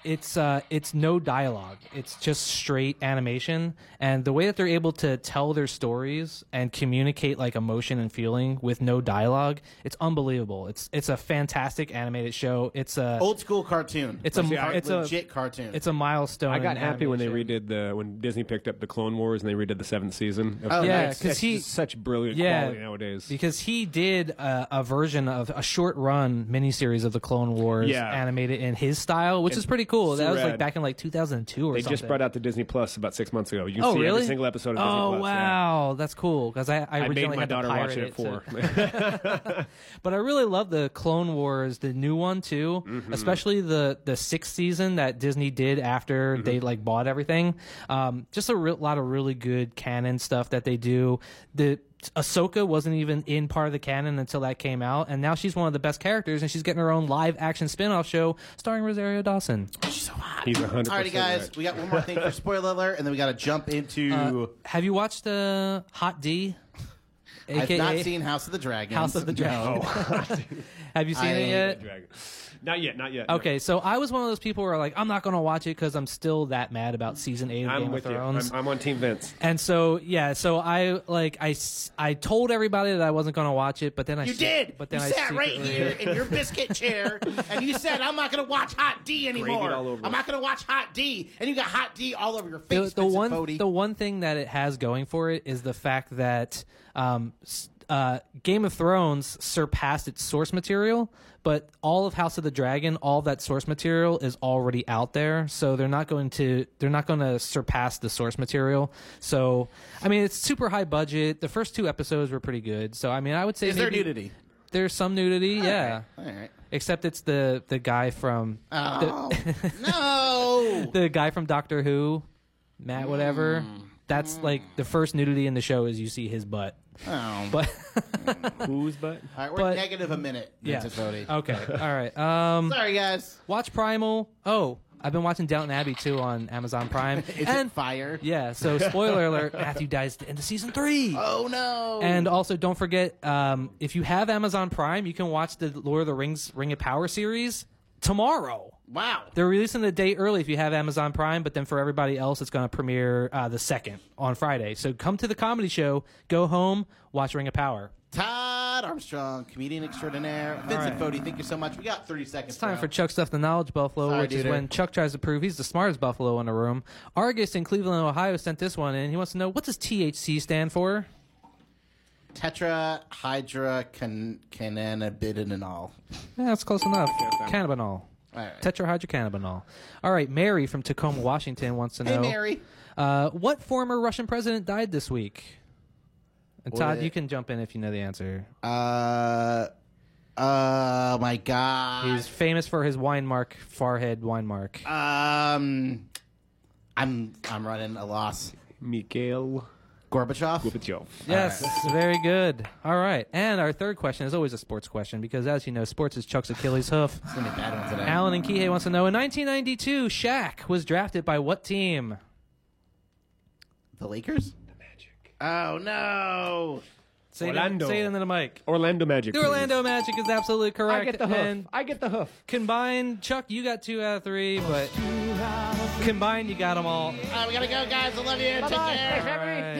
[SPEAKER 5] it's uh, it's no dialogue. It's just straight animation, and the way that they're able to tell their stories and communicate like emotion and feeling with no dialogue, it's unbelievable. It's it's a fantastic animated show. It's a
[SPEAKER 2] old school cartoon.
[SPEAKER 5] it's a
[SPEAKER 2] Like,
[SPEAKER 5] it's
[SPEAKER 2] legit
[SPEAKER 5] a
[SPEAKER 2] cartoon.
[SPEAKER 5] it's a milestone.
[SPEAKER 6] I
[SPEAKER 5] in
[SPEAKER 6] got happy when they
[SPEAKER 5] animation.
[SPEAKER 6] redid the when Disney picked up the Clone Wars and they redid the seventh season.
[SPEAKER 2] Oh,
[SPEAKER 5] Yeah,
[SPEAKER 2] nice.
[SPEAKER 5] 'cause
[SPEAKER 6] That's
[SPEAKER 5] he-
[SPEAKER 6] just such brilliant
[SPEAKER 5] Yeah,
[SPEAKER 6] quality nowadays.
[SPEAKER 5] because he did a, a version of a short run miniseries of the Clone Wars
[SPEAKER 6] Yeah.
[SPEAKER 5] animated in his style, which is pretty cool. That was
[SPEAKER 6] rad.
[SPEAKER 5] like back in like 2002 or
[SPEAKER 6] they
[SPEAKER 5] something.
[SPEAKER 6] just brought out the Disney Plus about six months ago. You can
[SPEAKER 5] oh
[SPEAKER 6] see
[SPEAKER 5] really?
[SPEAKER 6] every single episode of Disney
[SPEAKER 5] oh
[SPEAKER 6] Plus. yeah.
[SPEAKER 5] wow, that's cool because I, I
[SPEAKER 6] I made
[SPEAKER 5] originally
[SPEAKER 6] my
[SPEAKER 5] had to
[SPEAKER 6] daughter
[SPEAKER 5] pirate
[SPEAKER 6] watch it at four. (laughs)
[SPEAKER 5] to- but I really love the Clone Wars, the new one too, especially the the sixth season that Disney did after they like bought everything. Um, just a real lot of really good canon stuff that they do. The Ahsoka wasn't even in part of the canon until that came out, and now she's one of the best characters, and she's getting her own live action spin off show starring Rosario Dawson.
[SPEAKER 6] He's 100%.
[SPEAKER 2] Alrighty, guys,
[SPEAKER 6] right.
[SPEAKER 2] we got one more thing
[SPEAKER 5] (laughs)
[SPEAKER 2] for spoiler alert, and then we got to jump into.
[SPEAKER 5] Have you watched uh, Hot D?
[SPEAKER 2] I've
[SPEAKER 5] AKA
[SPEAKER 2] not seen House of the Dragon.
[SPEAKER 5] House of the Dragon.
[SPEAKER 2] (laughs)
[SPEAKER 5] Have you seen
[SPEAKER 2] I-
[SPEAKER 5] it yet?
[SPEAKER 6] Dragon. Not yet, not yet.
[SPEAKER 5] Okay, so I was one of those people where like I'm not gonna watch it because I'm still that mad about season eight of
[SPEAKER 6] I'm
[SPEAKER 5] Game
[SPEAKER 6] with
[SPEAKER 5] of
[SPEAKER 6] you.
[SPEAKER 5] Thrones.
[SPEAKER 6] I'm, I'm on Team Vince.
[SPEAKER 5] and so yeah, so I like I, s- I told everybody that I wasn't gonna watch it, but then I
[SPEAKER 2] You
[SPEAKER 5] se-
[SPEAKER 2] did.
[SPEAKER 5] But then
[SPEAKER 2] you
[SPEAKER 5] I
[SPEAKER 2] sat right
[SPEAKER 5] secretly-
[SPEAKER 2] here in your biscuit chair, and you said, "I'm not going to watch Hot D anymore.
[SPEAKER 6] all over
[SPEAKER 2] I'm not going to watch Hot D," and you got Hot D all over your face.
[SPEAKER 5] The, the
[SPEAKER 2] Vincent
[SPEAKER 5] one
[SPEAKER 2] Fodi.
[SPEAKER 5] the one thing that it has going for it is the fact that um, s- uh, Game of Thrones surpassed its source material, but all of House of the Dragon, all that source material is already out there, so they're not going to they're not going to surpass the source material. So, I mean, it's super high budget. The first two episodes were pretty good. So, I mean, I would say
[SPEAKER 2] Is there
[SPEAKER 5] maybe-
[SPEAKER 2] nudity? Ah,
[SPEAKER 5] There's some nudity, yeah.
[SPEAKER 2] All right.
[SPEAKER 5] Except it's the the guy from
[SPEAKER 2] Oh,
[SPEAKER 5] (laughs)
[SPEAKER 2] no.
[SPEAKER 5] the guy from Doctor Who, Matt
[SPEAKER 2] Mm.
[SPEAKER 5] whatever. That's like the first nudity in the show is you see his butt.
[SPEAKER 2] Oh.
[SPEAKER 5] But
[SPEAKER 6] Who's butt?
[SPEAKER 2] All right, we're
[SPEAKER 5] but-
[SPEAKER 2] negative a minute.
[SPEAKER 5] yeah.
[SPEAKER 2] Vince Vodi.
[SPEAKER 5] (laughs) Okay. All right. Um
[SPEAKER 2] Sorry, guys.
[SPEAKER 5] watch Primal. Oh, I've been watching Downton Abbey too on Amazon Prime.
[SPEAKER 2] (laughs) Is
[SPEAKER 5] and
[SPEAKER 2] it fire?
[SPEAKER 5] yeah, so
[SPEAKER 2] (laughs)
[SPEAKER 5] spoiler alert, Matthew dies at the end of season 3.
[SPEAKER 2] Oh no.
[SPEAKER 5] And also, don't forget um, if you have Amazon Prime, you can watch the Lord of the Rings Ring of Power series tomorrow.
[SPEAKER 2] wow.
[SPEAKER 5] They're releasing the day early if you have Amazon Prime, but then for everybody else, it's going to premiere uh, the second on Friday. So come to the comedy show, go home, watch Ring of Power.
[SPEAKER 2] Todd Armstrong, comedian extraordinaire. Vincent Fodi, thank you so much. We got 30 seconds.
[SPEAKER 5] It's time for Chuck Stuff the Knowledge Buffalo,
[SPEAKER 2] Sorry,
[SPEAKER 5] which is
[SPEAKER 2] dude.
[SPEAKER 5] when Chuck tries to prove he's the smartest buffalo in the room. Argus in Cleveland, Ohio sent this one in. He wants to know what does THC stand for?
[SPEAKER 2] Tetra Hydra can and all.
[SPEAKER 5] Yeah, that's close enough. Cannabinol.
[SPEAKER 2] Alright.
[SPEAKER 5] Tetrahydrocannabinol. All right, Mary from Tacoma, Washington wants to
[SPEAKER 2] Hey
[SPEAKER 5] know
[SPEAKER 2] Mary.
[SPEAKER 5] Uh, what former Russian president died this week? And Todd,
[SPEAKER 2] What?
[SPEAKER 5] you can jump in if you know the answer.
[SPEAKER 2] Uh uh my god.
[SPEAKER 5] He's famous for his wine mark, Farhead wine mark.
[SPEAKER 6] Uh,
[SPEAKER 2] um I'm I'm running a loss.
[SPEAKER 6] Mikhail
[SPEAKER 2] Gorbachev?
[SPEAKER 6] Pupachev.
[SPEAKER 5] yes, very good. All right. And our third question is always a sports question because, as you know, sports is Chuck's Achilles hoof.
[SPEAKER 2] It's gonna be a bad one today.
[SPEAKER 5] Alan and Kihei wants to know in 1992, Shaq was drafted by what team?
[SPEAKER 2] The Lakers? The Magic. Oh no.
[SPEAKER 5] Say
[SPEAKER 6] Orlando.
[SPEAKER 5] It, say it into the mic.
[SPEAKER 6] Orlando Magic.
[SPEAKER 5] The
[SPEAKER 6] please.
[SPEAKER 5] Orlando Magic is absolutely correct.
[SPEAKER 8] I get the hoof.
[SPEAKER 5] And
[SPEAKER 8] I get the hoof.
[SPEAKER 5] combined, Chuck, you got two out of three, but combined, you got them all.
[SPEAKER 2] Alright, we gotta go guys. I love you. Take care.
[SPEAKER 5] All right.